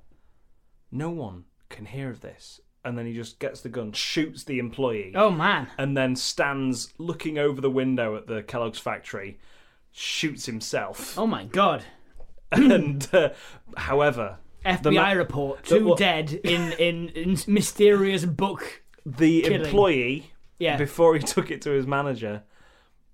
Speaker 1: "No one can hear of this." And then he just gets the gun, shoots the employee,
Speaker 2: Oh man.
Speaker 1: and then stands looking over the window at the Kellogg's factory, shoots himself.
Speaker 2: Oh my god.
Speaker 1: and uh, however,
Speaker 2: FBI
Speaker 1: ma-
Speaker 2: report. Two
Speaker 1: what-
Speaker 2: dead in, in in mysterious book.
Speaker 1: the
Speaker 2: Killing.
Speaker 1: employee
Speaker 2: Yeah.
Speaker 1: before he took it to his manager,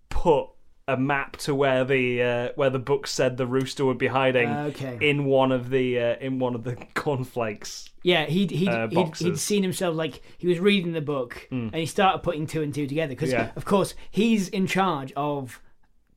Speaker 1: put a map to where the uh, where the book said the rooster would be hiding
Speaker 2: Uh, Okay.
Speaker 1: in one of the uh, in one of the cornflakes.
Speaker 2: Yeah, he'd he'd,
Speaker 1: uh,
Speaker 2: he'd he'd
Speaker 1: boxes.
Speaker 2: seen himself like he was reading the book and he started putting two and two together because
Speaker 1: Yeah.
Speaker 2: of course he's in charge of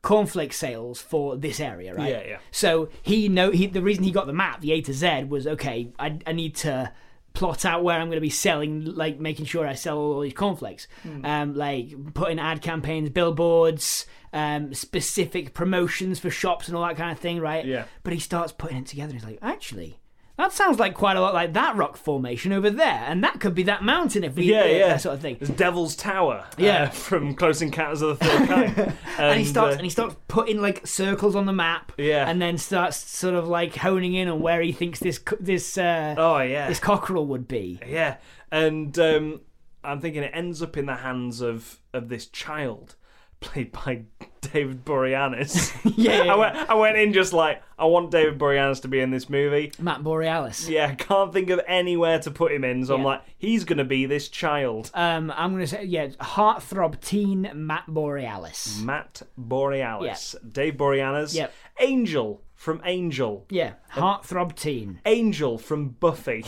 Speaker 2: cornflake sales for this area, right?
Speaker 1: Yeah, yeah.
Speaker 2: So he know he the reason he got the map, the A to Z, was okay. I I need to plot out where I'm going to be selling, like making sure I sell all these cornflakes,
Speaker 1: Mm.
Speaker 2: um, like putting ad campaigns, billboards, um, specific promotions for shops and all that kind of thing, right?
Speaker 1: Yeah.
Speaker 2: But he starts putting it together. and He's like, actually. That sounds like quite a lot like that rock formation over there, and that could be that mountain if we
Speaker 1: Yeah, yeah.
Speaker 2: that sort of thing.
Speaker 1: There's Devil's Tower, uh,
Speaker 2: Yeah.
Speaker 1: from Close Encounters of the Third Kind, and,
Speaker 2: and he starts
Speaker 1: uh,
Speaker 2: and he starts putting like circles on the map,
Speaker 1: Yeah.
Speaker 2: and then starts sort of like honing in on where he thinks this co- this uh,
Speaker 1: oh yeah,
Speaker 2: this cockerel would be.
Speaker 1: yeah, and um, I'm thinking it ends up in the hands of of this child played by David Boreanaz.
Speaker 2: Yeah,
Speaker 1: I went, I went in just like I want David Boreanaz to be in this movie.
Speaker 2: Matt Borealis.
Speaker 1: Yeah, I can't think of anywhere to put him in, so I'm
Speaker 2: Yeah.
Speaker 1: like, he's gonna be this child.
Speaker 2: Um, I'm gonna say yeah, heartthrob teen Matt Borealis.
Speaker 1: Matt Borealis, Dave Boreanaz,
Speaker 2: Yep.
Speaker 1: Angel from Angel,
Speaker 2: Yeah, heartthrob teen.
Speaker 1: Angel from Buffy,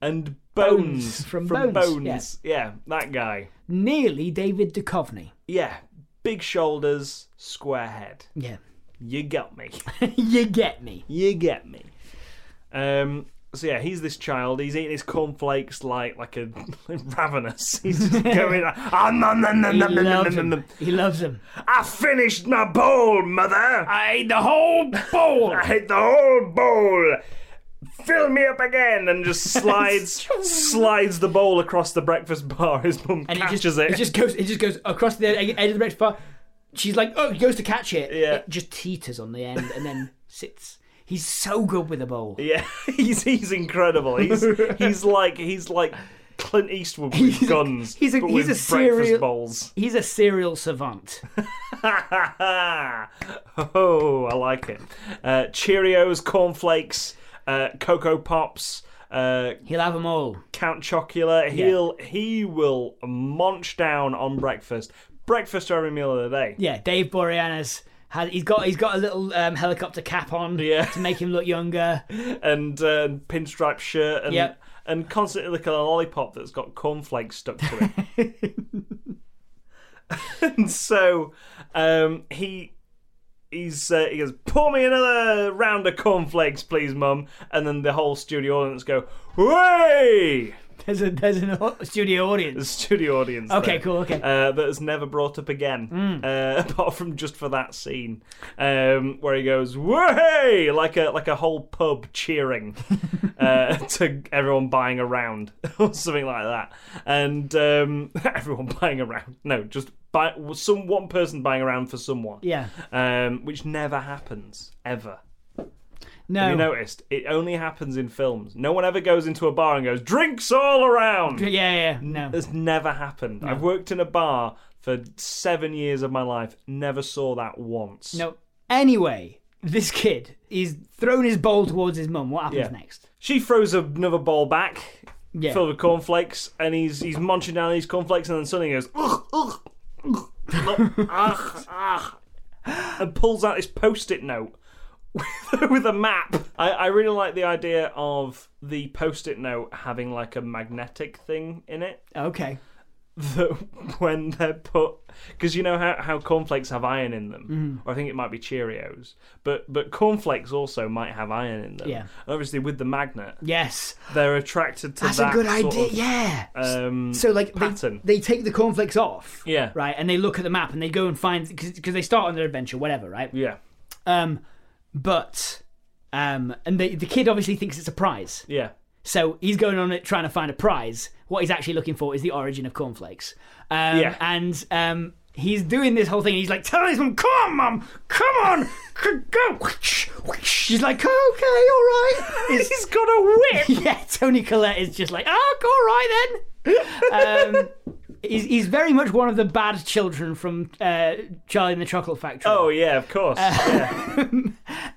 Speaker 1: and Bones,
Speaker 2: Bones from Bones,
Speaker 1: Yeah. that guy.
Speaker 2: Nearly David Duchovny.
Speaker 1: Yeah, big shoulders, square head.
Speaker 2: Yeah,
Speaker 1: You got me.
Speaker 2: you get me.
Speaker 1: You get me. Um. So yeah, he's this child. He's eating his cornflakes like like a ravenous. He's just going, ah, nom, nom, nom,
Speaker 2: He
Speaker 1: nom, nom,
Speaker 2: loves
Speaker 1: nom, nom, nom."
Speaker 2: him. He loves him.
Speaker 1: I finished my bowl, mother. I ate the whole bowl. I ate the whole bowl. Fill me up again, and just slides slides the bowl across the breakfast bar. His mum
Speaker 2: and
Speaker 1: catches
Speaker 2: it just,
Speaker 1: it.
Speaker 2: just goes. It just goes across the edge edge of the breakfast bar. She's like, oh, he goes to catch it.
Speaker 1: Yeah.
Speaker 2: It just teeters on the end and then sits. He's so good with a bowl.
Speaker 1: Yeah, he's he's incredible. He's he's like he's like Clint Eastwood with
Speaker 2: He's a-
Speaker 1: guns.
Speaker 2: he's a-
Speaker 1: but
Speaker 2: he's
Speaker 1: with breakfast
Speaker 2: a serial-
Speaker 1: bowls.
Speaker 2: He's a serial savant.
Speaker 1: oh, I like it. Uh, Cheerios, cornflakes, uh, cocoa pops. Uh,
Speaker 2: He'll have them all.
Speaker 1: Count Chocula. He'll he will munch down on breakfast. Breakfast every meal of the day.
Speaker 2: Yeah, Dave Boreanaz has. He's got. He's got a little um, helicopter cap on
Speaker 1: Yeah.
Speaker 2: to make him look younger.
Speaker 1: And uh, pinstripe shirt and
Speaker 2: Yep.
Speaker 1: and constantly look at a lollipop that's got cornflakes stuck to it. and so um, he he's uh, he goes, "Pour me another round of cornflakes, please, mum." And then the whole studio audience go, "Way!"
Speaker 2: There's a there's an au- studio
Speaker 1: The
Speaker 2: audience.
Speaker 1: studio audience.
Speaker 2: Okay,
Speaker 1: there.
Speaker 2: cool. Okay. Hmm.
Speaker 1: uh, that is never brought up again, uh, apart from just for that scene um, where he goes "Way!" like a like a whole pub cheering uh, to everyone buying around or something like that, and um, everyone buying around. No, just buy, some one person buying around for someone,
Speaker 2: yeah.
Speaker 1: um, which never happens ever.
Speaker 2: No.
Speaker 1: Have you noticed? It only happens in films. No one ever goes into a bar and goes, drinks all around.
Speaker 2: Yeah,
Speaker 1: Mm,
Speaker 2: yeah, no.
Speaker 1: That's never happened. I've worked in a bar for seven years of my life, never saw that once.
Speaker 2: No. Anyway, this kid is throwing his bowl towards his mum. What happens
Speaker 1: Yeah.
Speaker 2: next?
Speaker 1: She throws another ball back,
Speaker 2: Yeah.
Speaker 1: filled with cornflakes, and he's he's munching down these cornflakes, and then suddenly he goes, ugh, ugh, ugh, ugh, ugh, ugh," and pulls out this post-it note with, with a map. I, I really like the idea of the post-it note having like a magnetic thing in it
Speaker 2: Okay.
Speaker 1: that when they're put because you know how, how cornflakes have iron in them
Speaker 2: Mm-hmm.
Speaker 1: or i think it might be cheerios but but cornflakes also might have iron in them
Speaker 2: Yeah.
Speaker 1: obviously with the magnet
Speaker 2: Yes.
Speaker 1: they're attracted to
Speaker 2: That's
Speaker 1: that
Speaker 2: a good
Speaker 1: sort
Speaker 2: idea.
Speaker 1: of,
Speaker 2: yeah.
Speaker 1: um
Speaker 2: so like they,
Speaker 1: pattern.
Speaker 2: they take the cornflakes off.
Speaker 1: Yeah.
Speaker 2: Right, and they look at the map and they go and find because they start on their adventure, whatever, right?
Speaker 1: yeah
Speaker 2: Um, but um, and the the kid obviously thinks it's a prize,
Speaker 1: yeah
Speaker 2: so he's going on it trying to find a prize. What he's actually looking for is the origin of cornflakes. Um,
Speaker 1: Yeah.
Speaker 2: and um, he's doing this whole thing. And he's like, "Tell his mum, come on, mum, come on, c- go." She's like, "Okay, all right." It's-
Speaker 1: he's got a whip
Speaker 2: yeah, Tony Collette is just like, oh, all right then. Um, he's, he's very much one of the bad children from uh, Charlie and the Chocolate Factory.
Speaker 1: oh yeah of course yeah.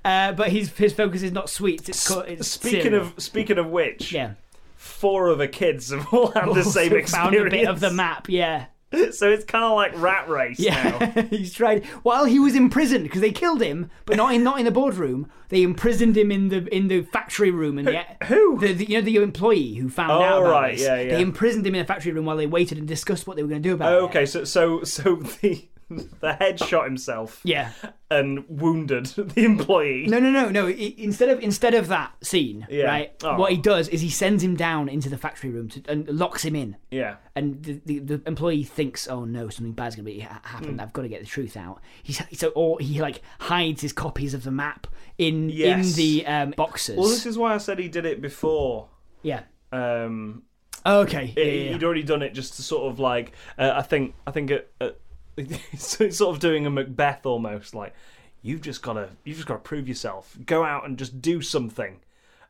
Speaker 2: Uh, but his his focus is not sweets. It's, co- it's
Speaker 1: speaking
Speaker 2: cereal.
Speaker 1: of speaking of which
Speaker 2: yeah,
Speaker 1: four other kids have all had the
Speaker 2: Also
Speaker 1: same experience
Speaker 2: found a bit of the map. Yeah,
Speaker 1: so it's kind of like rat race now
Speaker 2: yeah. he's tried while he was imprisoned because they killed him, but not in not in the boardroom. They imprisoned him in the in the factory room. And the,
Speaker 1: who?
Speaker 2: The, the- you know the employee who found
Speaker 1: Oh,
Speaker 2: out. About
Speaker 1: right,
Speaker 2: this.
Speaker 1: yeah, yeah.
Speaker 2: They imprisoned him in the factory room while they waited and discussed what they were going to do about it.
Speaker 1: okay so so so the the head shot himself
Speaker 2: Yeah.
Speaker 1: and wounded the employee.
Speaker 2: No, no, no, no. I- Instead of instead of that scene,
Speaker 1: Yeah.
Speaker 2: right?
Speaker 1: Oh.
Speaker 2: What he does is he sends him down into the factory room to, and locks him in.
Speaker 1: Yeah.
Speaker 2: And the, the, the employee thinks, "Oh no, something bad's gonna be ha-
Speaker 1: Hmm.
Speaker 2: happened. I've got to get the truth out." He's so, or he like hides his copies of the map in in
Speaker 1: Yes.
Speaker 2: the um, boxes.
Speaker 1: Well, this is why I said he did it before.
Speaker 2: yeah.
Speaker 1: Um,
Speaker 2: Okay. Yeah, yeah, yeah.
Speaker 1: He'd already done it just to sort of like uh, I think I think it, uh, it's sort of doing a Macbeth almost like you've just gotta you've just gotta prove yourself. Go out and just do something.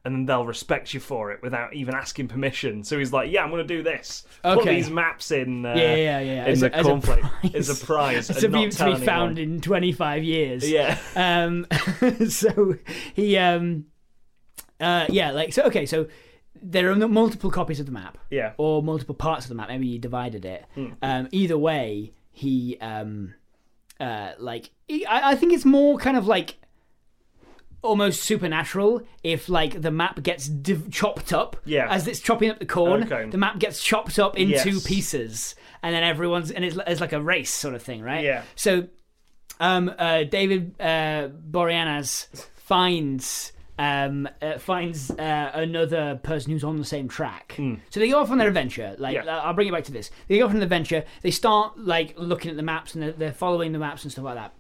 Speaker 1: And then they'll respect you for it without even asking permission. So he's like, "Yeah, I'm going to do this. Put
Speaker 2: Okay.
Speaker 1: these maps in, uh,
Speaker 2: Yeah, yeah, yeah, yeah.
Speaker 1: in
Speaker 2: As
Speaker 1: the
Speaker 2: a- as a
Speaker 1: conflict
Speaker 2: prize.
Speaker 1: as a prize, and
Speaker 2: It's to
Speaker 1: not
Speaker 2: be, to
Speaker 1: tell
Speaker 2: be found
Speaker 1: anyone.
Speaker 2: in 25 years.
Speaker 1: Yeah,
Speaker 2: um so he um uh yeah like so okay so there are no- multiple copies of the map
Speaker 1: yeah,
Speaker 2: or multiple parts of the map maybe you divided it
Speaker 1: Hmm.
Speaker 2: um either way he um uh like he, I, I think it's more kind of like almost supernatural if like the map gets div- chopped up
Speaker 1: Yeah.
Speaker 2: as it's chopping up the corn
Speaker 1: Okay.
Speaker 2: the map gets chopped up into
Speaker 1: Yes.
Speaker 2: pieces and then everyone's and it's, it's like a race sort of thing right
Speaker 1: Yeah.
Speaker 2: so um, uh, David uh, Boreanaz finds um, uh, finds uh, another person who's on the same track. So they go off on their adventure. Like
Speaker 1: Hmm. Yeah.
Speaker 2: uh, I'll bring it back to this. They go off on an adventure. They start like looking at the maps and they're, they're following the maps and stuff like that.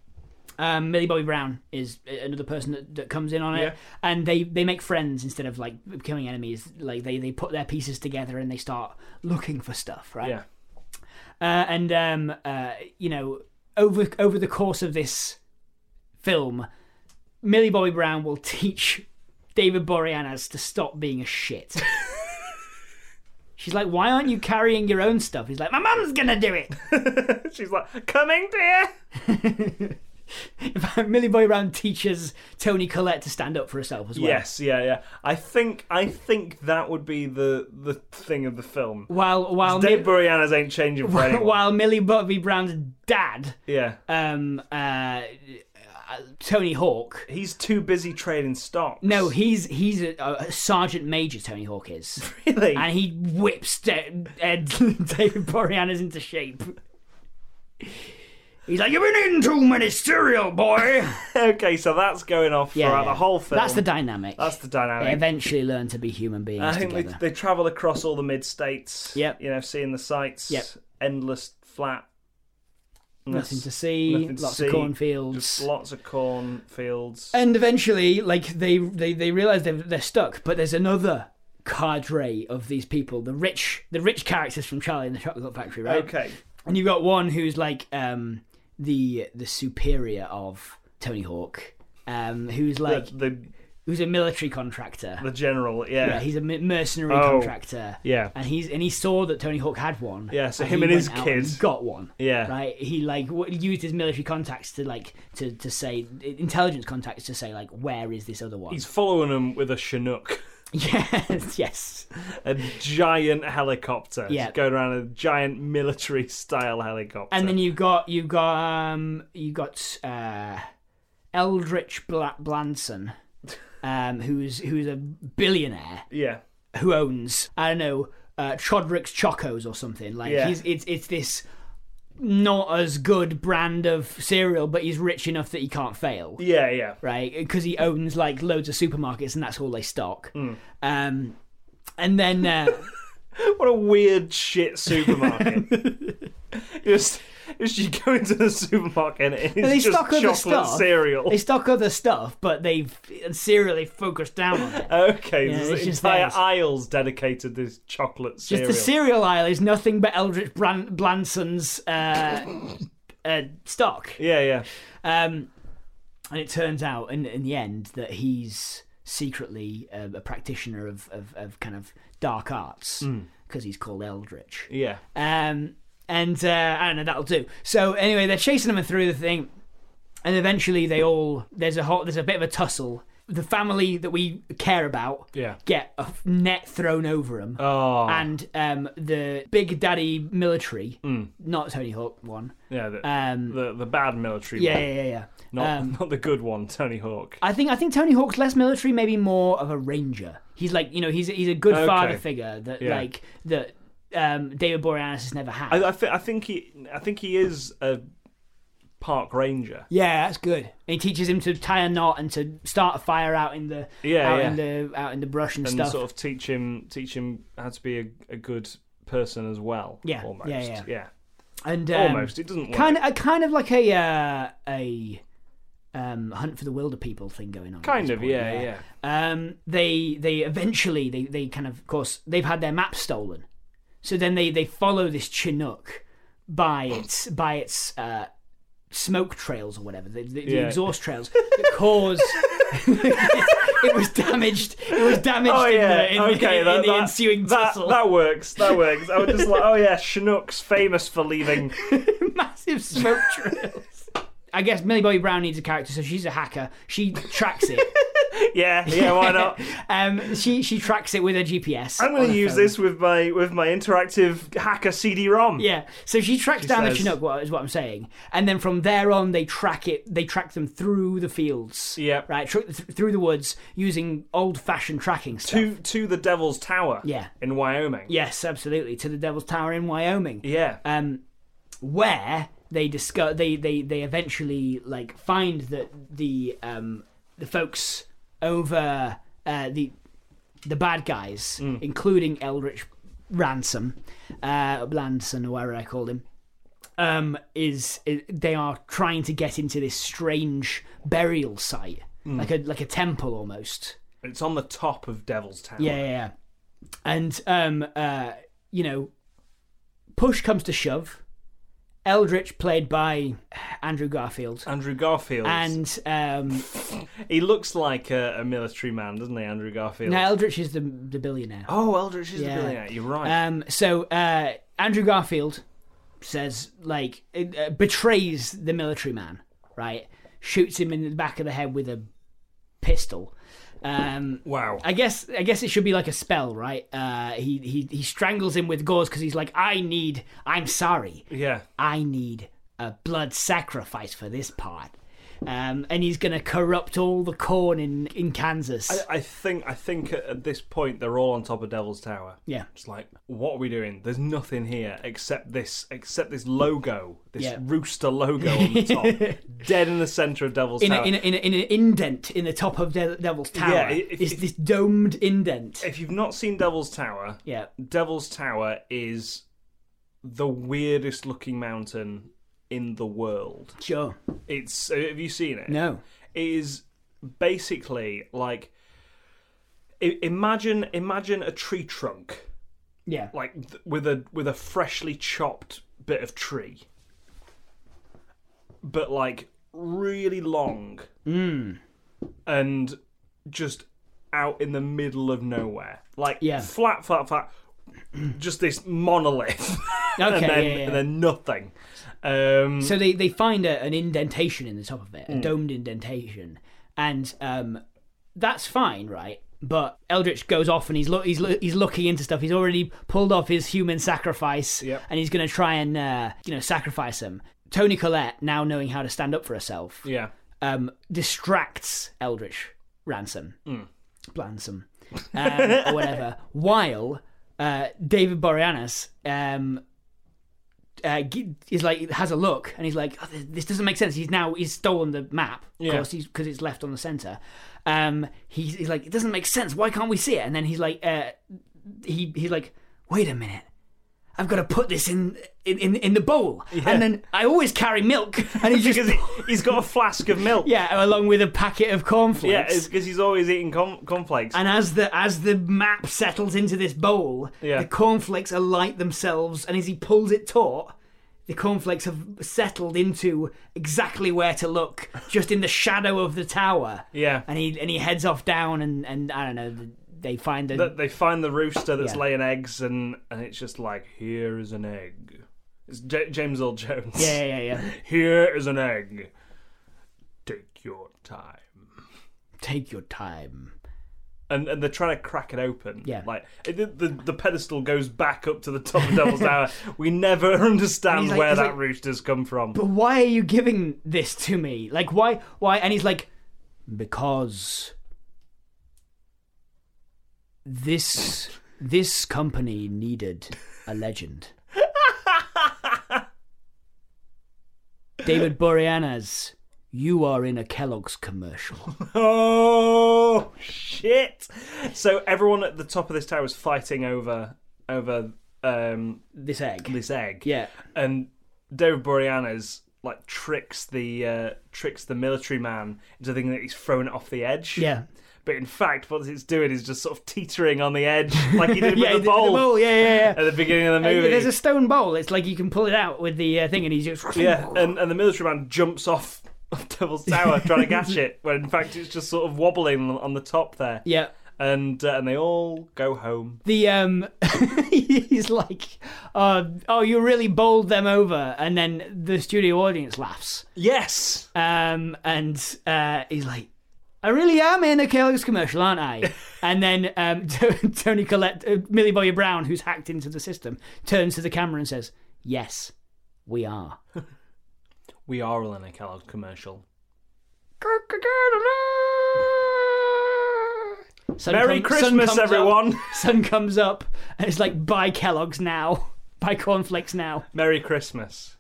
Speaker 2: Um, Millie Bobby Brown is uh, another person that, that comes in on it,
Speaker 1: Yeah.
Speaker 2: and they, they make friends instead of like becoming enemies. Like they, they put their pieces together and they start looking for stuff, right?
Speaker 1: yeah,
Speaker 2: uh, and um, uh, you know, over over the course of this film, Millie Bobby Brown will teach David Boreanaz to stop being a shit. She's like, "Why aren't you carrying your own stuff?" He's like, "My mum's gonna do it."
Speaker 1: She's like, "Coming, dear."
Speaker 2: In fact, uh, Millie Bobby Brown teaches Tony Collette to stand up for herself as well.
Speaker 1: Yes, yeah, yeah. I think I think that would be the the thing of the film.
Speaker 2: While while
Speaker 1: Dave
Speaker 2: Mi-
Speaker 1: Boreanaz ain't changing for anyone.
Speaker 2: while Millie Bobby Brown's dad,
Speaker 1: yeah,
Speaker 2: um, uh, uh, Tony Hawk,
Speaker 1: he's too busy trading stocks.
Speaker 2: No, he's he's a, a sergeant major. Tony Hawk is,
Speaker 1: really.
Speaker 2: and he whips De- Ed David Boreanaz into shape. He's like, "You've been eating too many cereal, boy."
Speaker 1: okay, so that's going off throughout the whole film.
Speaker 2: That's the dynamic.
Speaker 1: That's the
Speaker 2: they
Speaker 1: dynamic. Uh,
Speaker 2: eventually learn to be human beings
Speaker 1: I think they,
Speaker 2: together.
Speaker 1: they travel across all the mid states.
Speaker 2: Yep.
Speaker 1: you know, seeing the sights.
Speaker 2: Yep.
Speaker 1: endless flat.
Speaker 2: nothing to see.
Speaker 1: nothing to
Speaker 2: lots
Speaker 1: see,
Speaker 2: of cornfields.
Speaker 1: Just lots of cornfields.
Speaker 2: And eventually, like they they they realize they're, they're stuck, but there's another cadre of these people, the rich the rich characters from Charlie and the Chocolate Factory, right?
Speaker 1: okay,
Speaker 2: and you've got one who's like um the the superior of Tony Hawk, um who's like
Speaker 1: the
Speaker 2: who's a military contractor.
Speaker 1: The general,
Speaker 2: Yeah,
Speaker 1: yeah.
Speaker 2: he's a me- mercenary
Speaker 1: Oh.
Speaker 2: contractor.
Speaker 1: Yeah.
Speaker 2: and he's and he saw that Tony Hawk had one.
Speaker 1: Yeah, so
Speaker 2: and
Speaker 1: him
Speaker 2: he
Speaker 1: and his
Speaker 2: went out and
Speaker 1: kid.
Speaker 2: got one.
Speaker 1: Yeah.
Speaker 2: right. He like w- used his military contacts to like to to say intelligence contacts to say like where is this other one?
Speaker 1: He's following him with a Chinook,
Speaker 2: yes, yes.
Speaker 1: a giant helicopter. He's
Speaker 2: Yeah.
Speaker 1: going around in a giant military style helicopter.
Speaker 2: And then you got you got um you got uh, Eldritch Bla- Blanson, um who's who's a billionaire
Speaker 1: yeah,
Speaker 2: who owns I don't know uh, Chodrick's Chocos or something like
Speaker 1: Yeah.
Speaker 2: he's it's it's this not as good brand of cereal, but he's rich enough that he can't fail.
Speaker 1: yeah, yeah.
Speaker 2: Right, because he owns like loads of supermarkets, and that's all they stock. Um, and then uh,
Speaker 1: What a weird shit supermarket. just, just you go into the supermarket and it's
Speaker 2: they
Speaker 1: just
Speaker 2: stock other
Speaker 1: chocolate
Speaker 2: stuff.
Speaker 1: cereal.
Speaker 2: They stock other stuff, but they've uh, serially focused down on it.
Speaker 1: Okay,
Speaker 2: Yeah,
Speaker 1: there's
Speaker 2: it's just
Speaker 1: entire
Speaker 2: theirs.
Speaker 1: aisles dedicated to this chocolate
Speaker 2: Just
Speaker 1: cereal.
Speaker 2: the cereal aisle is nothing but Eldritch Bran- Blanson's uh, uh, stock.
Speaker 1: yeah, yeah.
Speaker 2: Um, and it turns out in, in the end that he's secretly uh, a practitioner of, of, of kind of dark arts because he's called Eldritch.
Speaker 1: Yeah.
Speaker 2: Um, and uh, I don't know, that'll do. So anyway, they're chasing him through the thing, and eventually they all there's a hot there's a bit of a tussle. The family that we care about
Speaker 1: Yeah.
Speaker 2: get a f- net thrown over them,
Speaker 1: Oh.
Speaker 2: and um, the Big Daddy military, not Tony Hawk one.
Speaker 1: hmm. yeah, the,
Speaker 2: Um,
Speaker 1: the the bad military
Speaker 2: yeah,
Speaker 1: one.
Speaker 2: yeah, yeah, yeah.
Speaker 1: Not
Speaker 2: um,
Speaker 1: not the good one, Tony Hawk.
Speaker 2: I think I think Tony Hawk's less military, maybe more of a ranger. He's like you know he's he's a good
Speaker 1: Okay.
Speaker 2: father figure that
Speaker 1: Yeah.
Speaker 2: like that um, David Boreanaz has never had.
Speaker 1: I I, thi- I think he I think he is a park ranger.
Speaker 2: Yeah, that's good. And he teaches him to tie a knot and to start a fire out in the
Speaker 1: Yeah,
Speaker 2: out
Speaker 1: yeah.
Speaker 2: in the out in the brush and,
Speaker 1: and
Speaker 2: stuff.
Speaker 1: sort of teach him teach him how to be a, a good person as well.
Speaker 2: Yeah,
Speaker 1: Almost.
Speaker 2: yeah, yeah. and um,
Speaker 1: Almost. It doesn't work.
Speaker 2: kind of a kind of like a uh, a um, hunt for the wilder people thing going on. at
Speaker 1: Kind
Speaker 2: this
Speaker 1: of,
Speaker 2: point,
Speaker 1: yeah, yeah.
Speaker 2: Um, they they eventually they they kind of of course they've had their map stolen, so then they they follow this Chinook by
Speaker 1: Hmm.
Speaker 2: its by its. Uh, Smoke trails or whatever the, the, the
Speaker 1: Yeah.
Speaker 2: exhaust trails that cause it was damaged. It was damaged
Speaker 1: Oh
Speaker 2: in
Speaker 1: yeah.
Speaker 2: the, in the-
Speaker 1: okay.
Speaker 2: in
Speaker 1: that,
Speaker 2: the
Speaker 1: that-
Speaker 2: ensuing
Speaker 1: that,
Speaker 2: tussle.
Speaker 1: that works. That works. I was just like, oh yeah, Chinooks famous for leaving.
Speaker 2: massive smoke trails. I guess Millie Bobby Brown needs a character, so she's a hacker. She tracks it.
Speaker 1: Yeah, yeah. Why not?
Speaker 2: um, she she tracks it with her GPS.
Speaker 1: I'm going
Speaker 2: on
Speaker 1: to
Speaker 2: her
Speaker 1: use
Speaker 2: phone.
Speaker 1: this with my with my interactive hacker CD-ROM.
Speaker 2: Yeah, so she tracks down
Speaker 1: says-
Speaker 2: the Chinook, what, is what I'm saying, and then from there on they track it. They track them through the fields.
Speaker 1: Yep.
Speaker 2: Right tr- th- through the woods using old-fashioned tracking stuff.
Speaker 1: To to the Devil's Tower.
Speaker 2: Yeah.
Speaker 1: In Wyoming.
Speaker 2: yes, absolutely to the Devil's Tower in Wyoming.
Speaker 1: Yeah.
Speaker 2: um, where they discuss they, they they eventually like find that the um, the folks over uh, the the bad guys, including Eldritch Ransom, uh, Blandson, or whatever I called him, um, is, is they are trying to get into this strange burial site, like a like a temple almost.
Speaker 1: It's on the top of Devil's Tower.
Speaker 2: Yeah, yeah, yeah. And um, uh, you know, push comes to shove. Eldritch, played by Andrew Garfield,
Speaker 1: Andrew Garfield.
Speaker 2: and um,
Speaker 1: he looks like a, a military man, doesn't he, Andrew Garfield?
Speaker 2: now Eldritch is the the billionaire.
Speaker 1: Oh, Eldritch is
Speaker 2: Yeah.
Speaker 1: the billionaire. You're right.
Speaker 2: Um, so uh, Andrew Garfield says, like, it, uh, betrays the military man, right? Shoots him in the back of the head with a pistol. Um,
Speaker 1: wow.
Speaker 2: I guess I guess it should be like a spell, right? Uh, he he he strangles him with gauze because he's like, I need, I'm sorry,
Speaker 1: yeah.
Speaker 2: I need a blood sacrifice for this part, um, and he's gonna corrupt all the corn in in Kansas.
Speaker 1: I think I think at- at this point they're all on top of Devil's Tower.
Speaker 2: yeah,
Speaker 1: It's like, what are we doing? There's nothing here except this, except this logo, this
Speaker 2: Yeah.
Speaker 1: rooster logo on the top, dead in the center of Devil's
Speaker 2: in a,
Speaker 1: Tower.
Speaker 2: in, a, in, a, in an indent in the top of De- Devil's Tower
Speaker 1: Yeah, if-
Speaker 2: is
Speaker 1: if-
Speaker 2: this domed indent.
Speaker 1: if you've not seen Devil's Tower,
Speaker 2: yeah,
Speaker 1: Devil's Tower is the weirdest looking mountain in the world.
Speaker 2: sure.
Speaker 1: It's have you seen it?
Speaker 2: No,
Speaker 1: It is basically like i- imagine imagine a tree trunk
Speaker 2: yeah,
Speaker 1: like th- with a with a freshly chopped bit of tree,
Speaker 2: Hmm.
Speaker 1: but like really long mm. and just out in the middle of nowhere, like
Speaker 2: Yeah.
Speaker 1: flat, flat, flat, just this monolith,
Speaker 2: Okay,
Speaker 1: and then
Speaker 2: yeah, yeah.
Speaker 1: and then nothing. Um,
Speaker 2: So they, they find a, an indentation in the top of it, a domed indentation, and um, that's fine, right? But Eldritch goes off and he's lo- he's lo- he's looking into stuff. He's already pulled off his human sacrifice,
Speaker 1: Yep.
Speaker 2: and he's going to try and uh, you know sacrifice him. Tony Collette, now knowing how to stand up for herself,
Speaker 1: yeah,
Speaker 2: um, distracts Eldritch Ransom,
Speaker 1: Hmm.
Speaker 2: Blansom, um, or whatever, while uh, David Boreanaz um, uh, g- is like has a look and he's like, oh, th- this doesn't make sense. He's now he's stolen the map, of
Speaker 1: Yeah.
Speaker 2: course, because it's left on the center. Um, he's, he's like, it doesn't make sense. Why can't we see it? And then he's like, uh, he he's like, wait a minute. I've got to put this in in, in, in the bowl, and then I always carry milk, and he just
Speaker 1: because he, he's got a flask of milk.
Speaker 2: yeah, along with a packet of cornflakes.
Speaker 1: Yeah, it's because he's always eating corn cornflakes.
Speaker 2: and as the as the map settles into this bowl,
Speaker 1: Yeah.
Speaker 2: the cornflakes alight themselves, and as he pulls it taut, the cornflakes have settled into exactly where to look, just in the shadow of the tower.
Speaker 1: yeah,
Speaker 2: And he and he heads off down, and and I don't know. They find a
Speaker 1: that they find the rooster that's
Speaker 2: Yeah.
Speaker 1: laying eggs, and and it's just like here is an egg. It's J- James Earl Jones.
Speaker 2: yeah yeah yeah.
Speaker 1: Here is an egg. Take your time.
Speaker 2: Take your time.
Speaker 1: And, and they're trying to crack it open.
Speaker 2: Yeah.
Speaker 1: like it, the, the the pedestal goes back up to the top of Devil's Tower. We never understand
Speaker 2: he's like-
Speaker 1: where
Speaker 2: he's
Speaker 1: that
Speaker 2: like-
Speaker 1: rooster's come from.
Speaker 2: But why are you giving this to me? Like why why? And he's like, because this this company needed a legend. David Boreanaz, you are in a Kellogg's commercial.
Speaker 1: Oh shit! So everyone at the top of this tower is fighting over over um,
Speaker 2: This egg.
Speaker 1: this egg.
Speaker 2: Yeah.
Speaker 1: and David Boreanaz like tricks the uh, tricks the military man into thinking that he's thrown it off the edge.
Speaker 2: Yeah.
Speaker 1: But in fact, what it's doing is just sort of teetering on the edge, like he did
Speaker 2: yeah,
Speaker 1: with the bowl,
Speaker 2: Yeah, yeah, yeah.
Speaker 1: at the beginning of the movie.
Speaker 2: There's a stone bowl. It's like you can pull it out with the uh, thing, and he's just
Speaker 1: Yeah, and, and the military man jumps off of Devil's Tower trying to catch it, when in fact it's just sort of wobbling on the top there.
Speaker 2: yeah.
Speaker 1: And uh, and they all go home.
Speaker 2: the um he's like uh, oh you really bowled them over and then the studio audience laughs
Speaker 1: Yes.
Speaker 2: um and uh he's like I really am in a Kellogg's commercial, aren't I? And then um, Tony Collette, uh, Millie Bobby Brown, who's hacked into the system, turns to the camera and says, "Yes, we are."
Speaker 1: We are all in a Kellogg commercial.
Speaker 2: Sun
Speaker 1: Merry
Speaker 2: come- sun
Speaker 1: Christmas,
Speaker 2: comes up-
Speaker 1: everyone!
Speaker 2: sun comes up, and it's like, "Buy Kellogg's now, buy cornflakes now."
Speaker 1: Merry Christmas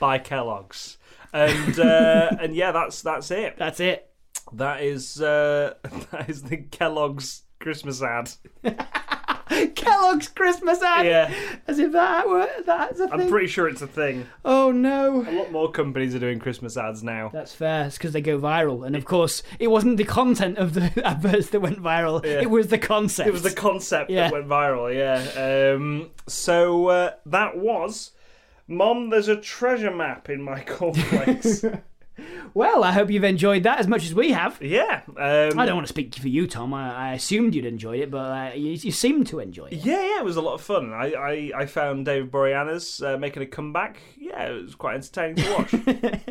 Speaker 1: by Kellogg's. And uh, and yeah, that's that's it.
Speaker 2: That's it.
Speaker 1: That is uh, that is the Kellogg's Christmas ad.
Speaker 2: Kellogg's Christmas ad.
Speaker 1: Yeah,
Speaker 2: As if that were that's a
Speaker 1: I'm
Speaker 2: thing.
Speaker 1: pretty sure it's a thing.
Speaker 2: oh no.
Speaker 1: A lot more companies are doing Christmas ads now.
Speaker 2: That's fair. It's because they go viral, and of course, it wasn't the content of the adverts that went viral. It was the concept.
Speaker 1: It was the concept
Speaker 2: Yeah.
Speaker 1: that went viral. Yeah. Um, so uh, that was. Mom, there's a treasure map in my cornflakes.
Speaker 2: well. I hope you've enjoyed that as much as we have.
Speaker 1: yeah. Um,
Speaker 2: I don't want to speak for you, Tom. I, I assumed you'd enjoyed it, but uh, you, you seem to enjoy it.
Speaker 1: Yeah, yeah, it was a lot of fun. I, I, I found David Boreanaz uh, making a comeback. Yeah, it was quite entertaining to watch.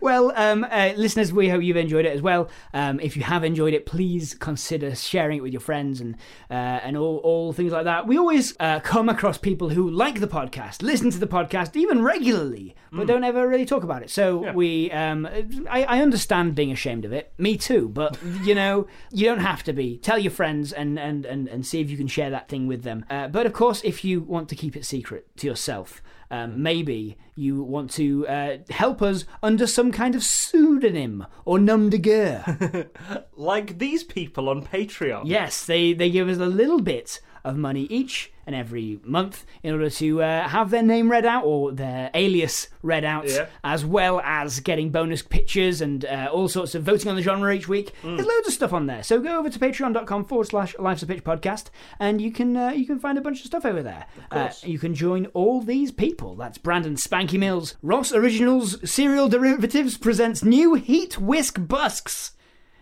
Speaker 2: Well, um, uh, listeners, we hope you've enjoyed it as well. Um, if you have enjoyed it, please consider sharing it with your friends and uh, and all, all things like that. We always uh, come across people who like the podcast, listen to the podcast even regularly, but don't ever really talk about it. So we, um, I, I understand being ashamed of it. Me too. But you know, you don't have to be. Tell your friends and and and, and see if you can share that thing with them. Uh, but of course, if you want to keep it secret to yourself. Um, maybe you want to uh, help us under some kind of pseudonym or nom de guerre.
Speaker 1: like these people on Patreon.
Speaker 2: yes, they, they give us a little bit of money each and every month in order to uh, have their name read out or their alias read out,
Speaker 1: Yeah.
Speaker 2: as well as getting bonus pictures and uh, all sorts of voting on the genre each week. There's loads of stuff on there. So go over to patreon.com forward slash Life's a Pitch podcast and you can uh, you can find a bunch of stuff over there. Uh, you can join all these people. That's Brandon Spanky Mills, Ross Originals Serial Derivatives presents New Heat Whisk Busks.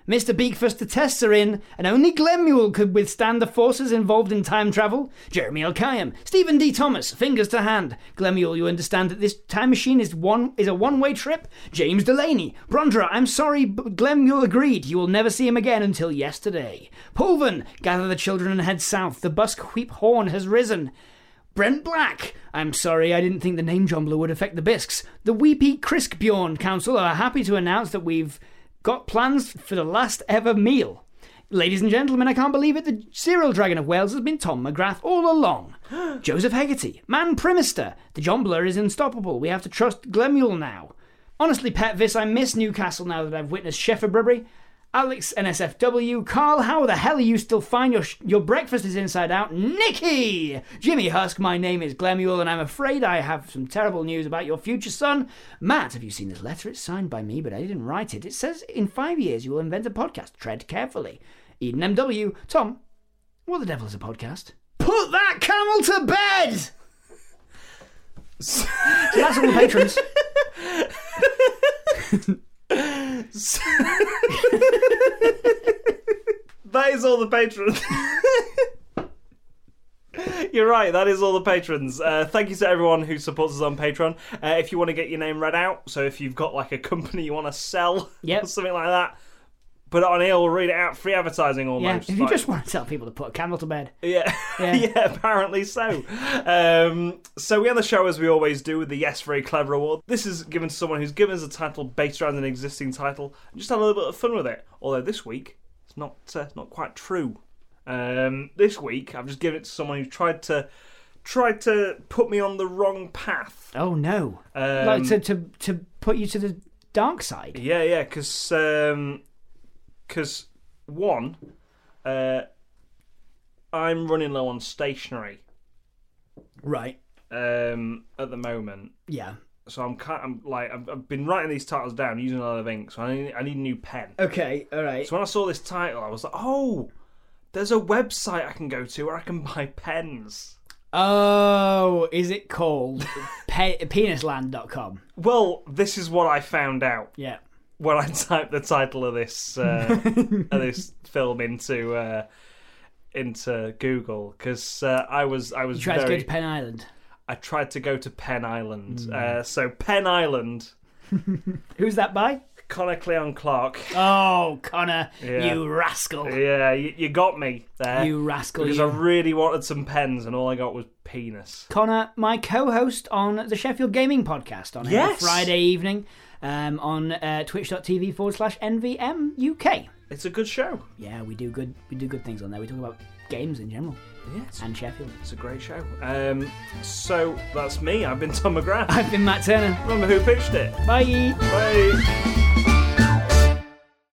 Speaker 2: Mr. Beakfast, the tests are in, and only Glenmule could withstand the forces involved in time travel. Jeremy L. Kayam, Stephen D. Thomas, fingers to hand. Glenmule, you understand that this time machine is one is a one-way trip. James Delaney, Brondra, I'm sorry, but Glenmule agreed. You will never see him again until yesterday. Pulven, gather the children and head south. The busqueep horn has risen. Brent Black. I'm sorry, I didn't think the name jumbler would affect the Bisks. The Weepy Criskbjorn Council are happy to announce that we've got plans for the last ever meal. Ladies and gentlemen, I can't believe it. The serial dragon of Wales has been Tom McGrath all along. Joseph Hegarty, Man Primister. The Jombler is unstoppable. We have to trust Glemule now. Honestly, Petvis, I miss Newcastle now that I've witnessed Sheffer Burbury. Alex NSFW, Carl, how the hell are you still fine? Your sh- your breakfast is inside out. Nikki, Jimmy Husk, my name is Glemuel, and I'm afraid I have some terrible news about your future son, Matt. Have you seen this letter? It's signed by me, but I didn't write it. It says in five years you will invent a podcast. Tread carefully. Eden MW, Tom, what the devil is a podcast? Put that camel to bed. So that's all the patrons.
Speaker 1: That is all the patrons. You're right, that is all the patrons. Uh, thank you to everyone who supports us on Patreon. Uh, if you want to get your name read out, so if you've got like a company you want to sell
Speaker 2: Yep.
Speaker 1: or something like that, put it on here, we'll read it out. Free advertising
Speaker 2: Yeah,
Speaker 1: almost.
Speaker 2: if you
Speaker 1: like-
Speaker 2: just want to tell people to put a camel to bed.
Speaker 1: Yeah.
Speaker 2: Yeah.
Speaker 1: Yeah. apparently so. Um, so we end the show as we always do with the Yes Very Clever Award. This is given to someone who's given us a title based around an existing title and just had a little bit of fun with it. Although this week, it's not uh, not quite true. Um, this week, I've just given it to someone who tried to tried to put me on the wrong path.
Speaker 2: Oh no.
Speaker 1: Um,
Speaker 2: like to, to to put you to the dark side.
Speaker 1: Yeah, yeah, because one, uh, I'm running low on stationery
Speaker 2: Right.
Speaker 1: um, at the moment.
Speaker 2: Yeah.
Speaker 1: so I'm kind I'm like I've, I've been writing these titles down using a lot of ink, so I need, I need a new pen.
Speaker 2: Okay. All right.
Speaker 1: So when I saw this title, I was like, oh, there's a website I can go to where I can buy pens.
Speaker 2: Oh, is it called pe- penisland.com?
Speaker 1: Well, this is what I found out
Speaker 2: Yeah.
Speaker 1: when I typed the title of this uh, of this film into uh, into Google because uh, I was I was
Speaker 2: You tried to Hmm. go
Speaker 1: very
Speaker 2: to Penn Island.
Speaker 1: I tried to go to Penn Island. Uh, so Penn Island,
Speaker 2: Who's that by?
Speaker 1: Connor Cleon Clark.
Speaker 2: Oh, Connor,
Speaker 1: Yeah.
Speaker 2: you rascal.
Speaker 1: yeah, you, you got me there.
Speaker 2: You rascal.
Speaker 1: Because
Speaker 2: you.
Speaker 1: I really wanted some pens, and all I got was penis.
Speaker 2: Connor, my co-host on the Sheffield Gaming Podcast on every
Speaker 1: Yes.
Speaker 2: Friday evening um, on uh, twitch.tv forward slash NVM UK.
Speaker 1: It's a good show.
Speaker 2: Yeah, we do good. We do good things on there. We talk about games in general
Speaker 1: Yes,
Speaker 2: and Sheffield.
Speaker 1: it's a great show. Um, so that's me. I've been Tom McGrath.
Speaker 2: I've been Matt Turner.
Speaker 1: Remember who pitched it?
Speaker 2: Bye.
Speaker 1: Bye.